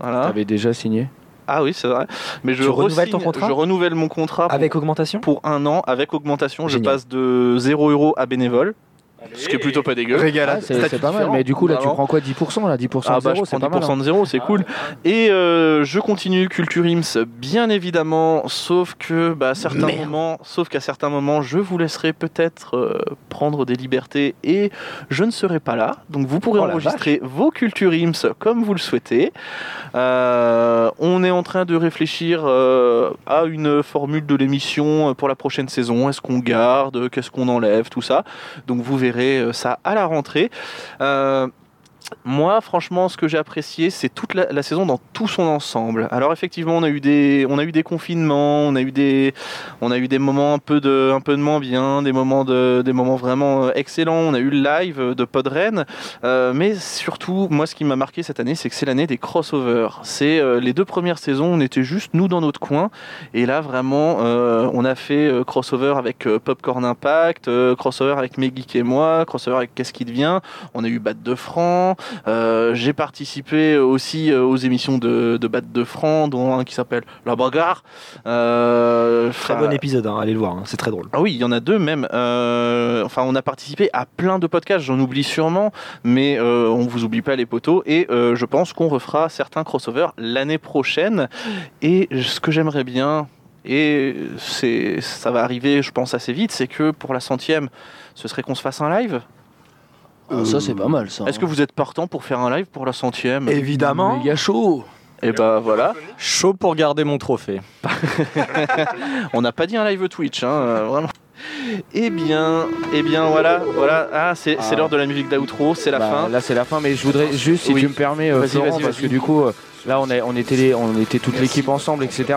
[SPEAKER 1] Voilà.
[SPEAKER 2] T'avais déjà signé
[SPEAKER 1] Ah oui, c'est vrai. Mais je
[SPEAKER 2] Tu renouvelles ton
[SPEAKER 1] resigne-
[SPEAKER 2] contrat
[SPEAKER 1] Je renouvelle mon contrat. Avec augmentation Pour un an, avec augmentation. Je passe de 0 euro à bénévole. Ce qui est plutôt pas dégueu.
[SPEAKER 2] Ah, c'est c'est pas mal, mais du coup là tu
[SPEAKER 1] Vraiment.
[SPEAKER 2] prends quoi 10% là 10%
[SPEAKER 1] Ah
[SPEAKER 2] de
[SPEAKER 1] bah
[SPEAKER 2] zéro,
[SPEAKER 1] je
[SPEAKER 2] c'est
[SPEAKER 1] prends
[SPEAKER 2] pas mal. hein. Ah,
[SPEAKER 1] 10% de zéro, c'est cool. Et euh, je continue Culture Ims, bien évidemment, sauf que bah, à certains
[SPEAKER 2] Merde.
[SPEAKER 1] moments, sauf qu'à certains moments, je vous laisserai peut-être euh, prendre des libertés et je ne serai pas là. Donc vous pourrez
[SPEAKER 5] Oh la
[SPEAKER 1] enregistrer vos Culture Ims comme vous le souhaitez. Euh, on est en train de réfléchir euh, à une formule de l'émission pour la prochaine saison. Est-ce qu'on garde Qu'est-ce qu'on enlève Tout ça. Donc vous verrez euh, ça à la rentrée. Euh, moi, franchement, ce que j'ai apprécié, c'est toute la, la saison dans tout son ensemble. Alors effectivement, on a eu des, on a eu des confinements, on a eu des, on a eu des moments un peu de, un peu de moins bien, des moments de, des moments vraiment euh, excellents. On a eu le live euh, de Podren, Euh, mais surtout, moi, ce qui m'a marqué cette année, c'est que c'est l'année des crossovers. C'est euh, les deux premières saisons, on était juste nous dans notre coin, et là vraiment, euh, on a fait euh, crossover avec euh, Popcorn Impact, euh, crossover avec Mes Geeks et moi, crossover avec Qu'est-ce qui devient. On a eu Bat de Franc. Euh, J'ai participé aussi euh, aux émissions de, de Bat de Franc, dont un qui s'appelle La Bagarre. Euh,
[SPEAKER 5] Très
[SPEAKER 1] enfin,
[SPEAKER 5] bon épisode, hein, allez le voir, hein, c'est très drôle.
[SPEAKER 1] ah oui, il y en a deux même. Euh, enfin, on a participé à plein de podcasts, j'en oublie sûrement, mais euh, on vous oublie pas les poteaux. Et euh, je pense qu'on refera certains crossovers l'année prochaine. Et ce que j'aimerais bien, et c'est, ça va arriver, je pense, assez vite, c'est que pour la centième, ce serait qu'on se fasse un live.
[SPEAKER 2] Ah, ça, c'est pas mal, ça.
[SPEAKER 1] Est-ce que vous êtes partant pour faire un live pour la centième
[SPEAKER 5] Évidemment.
[SPEAKER 2] Méga chaud.
[SPEAKER 1] Et bah voilà.
[SPEAKER 5] Chaud pour garder mon trophée.
[SPEAKER 1] On n'a pas dit un live Twitch, hein, euh, vraiment. Eh bien, eh bien, voilà, voilà. Ah, c'est c'est
[SPEAKER 2] Ah.
[SPEAKER 1] l'heure de la musique d'outro, c'est la
[SPEAKER 2] Bah,
[SPEAKER 1] fin.
[SPEAKER 2] Là, c'est la fin, mais je voudrais juste, si
[SPEAKER 1] Oui.
[SPEAKER 2] tu me permets, euh,
[SPEAKER 1] Vas-y,
[SPEAKER 2] Florent,
[SPEAKER 1] vas-y,
[SPEAKER 2] parce
[SPEAKER 1] vas-y.
[SPEAKER 2] que du coup, euh, là, on, a- on était les- on était toute
[SPEAKER 1] Merci.
[SPEAKER 2] l'équipe ensemble, etc.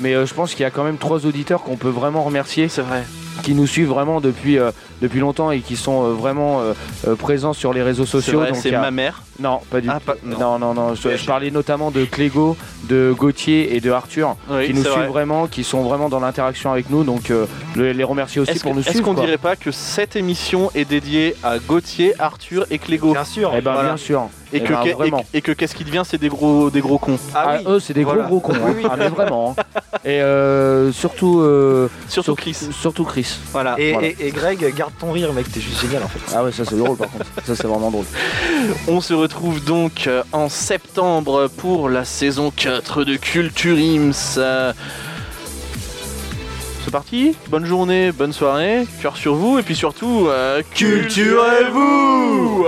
[SPEAKER 2] Mais euh, je pense qu'il y a quand même trois auditeurs qu'on peut vraiment remercier.
[SPEAKER 1] C'est vrai.
[SPEAKER 2] Qui nous suivent vraiment depuis, euh, depuis longtemps et qui sont euh, vraiment euh, euh, présents sur les réseaux
[SPEAKER 1] C'est
[SPEAKER 2] sociaux.
[SPEAKER 1] vrai,
[SPEAKER 2] donc
[SPEAKER 1] c'est
[SPEAKER 2] il y a-
[SPEAKER 1] ma mère.
[SPEAKER 2] Non, pas du tout.
[SPEAKER 1] Ah, pas-
[SPEAKER 2] non. non, non, Je, je parlais notamment de Clégo, de Gauthier et de Arthur
[SPEAKER 1] Oui,
[SPEAKER 2] qui nous
[SPEAKER 1] c'est
[SPEAKER 2] suivent
[SPEAKER 1] vrai.
[SPEAKER 2] vraiment, qui sont vraiment dans l'interaction avec nous. Donc, euh, je les remercier aussi
[SPEAKER 1] Est-ce
[SPEAKER 2] pour
[SPEAKER 1] que-
[SPEAKER 2] nous
[SPEAKER 1] est-ce
[SPEAKER 2] suivre.
[SPEAKER 1] qu'on
[SPEAKER 2] quoi.
[SPEAKER 1] dirait pas que cette émission est dédiée à Gauthier, Arthur et Clégo Bien
[SPEAKER 5] sûr.
[SPEAKER 2] Eh ben, bien sûr.
[SPEAKER 1] Et
[SPEAKER 2] Eh
[SPEAKER 1] que,
[SPEAKER 2] ben,
[SPEAKER 1] que- et-
[SPEAKER 2] vraiment.
[SPEAKER 1] et que qu'est-ce qui devient, c'est des gros, des gros cons.
[SPEAKER 2] Ah, eux, c'est des
[SPEAKER 1] Voilà.
[SPEAKER 2] gros gros cons. hein.
[SPEAKER 1] Oui, oui.
[SPEAKER 2] Ah, mais vraiment. hein. Et euh, surtout, euh,
[SPEAKER 1] surtout
[SPEAKER 2] Chris. Surtout Chris.
[SPEAKER 1] Voilà.
[SPEAKER 5] Et, et- et Greg, garde ton rire, mec, t'es juste génial hein. en fait.
[SPEAKER 2] Ah ouais, ça c'est drôle par contre. Ça c'est vraiment drôle.
[SPEAKER 1] On se retrouve donc euh, en septembre pour la saison 4 de Culture Ims. Euh, C'est parti, bonne journée, bonne soirée, cœur sur vous et puis surtout, euh, culturez-vous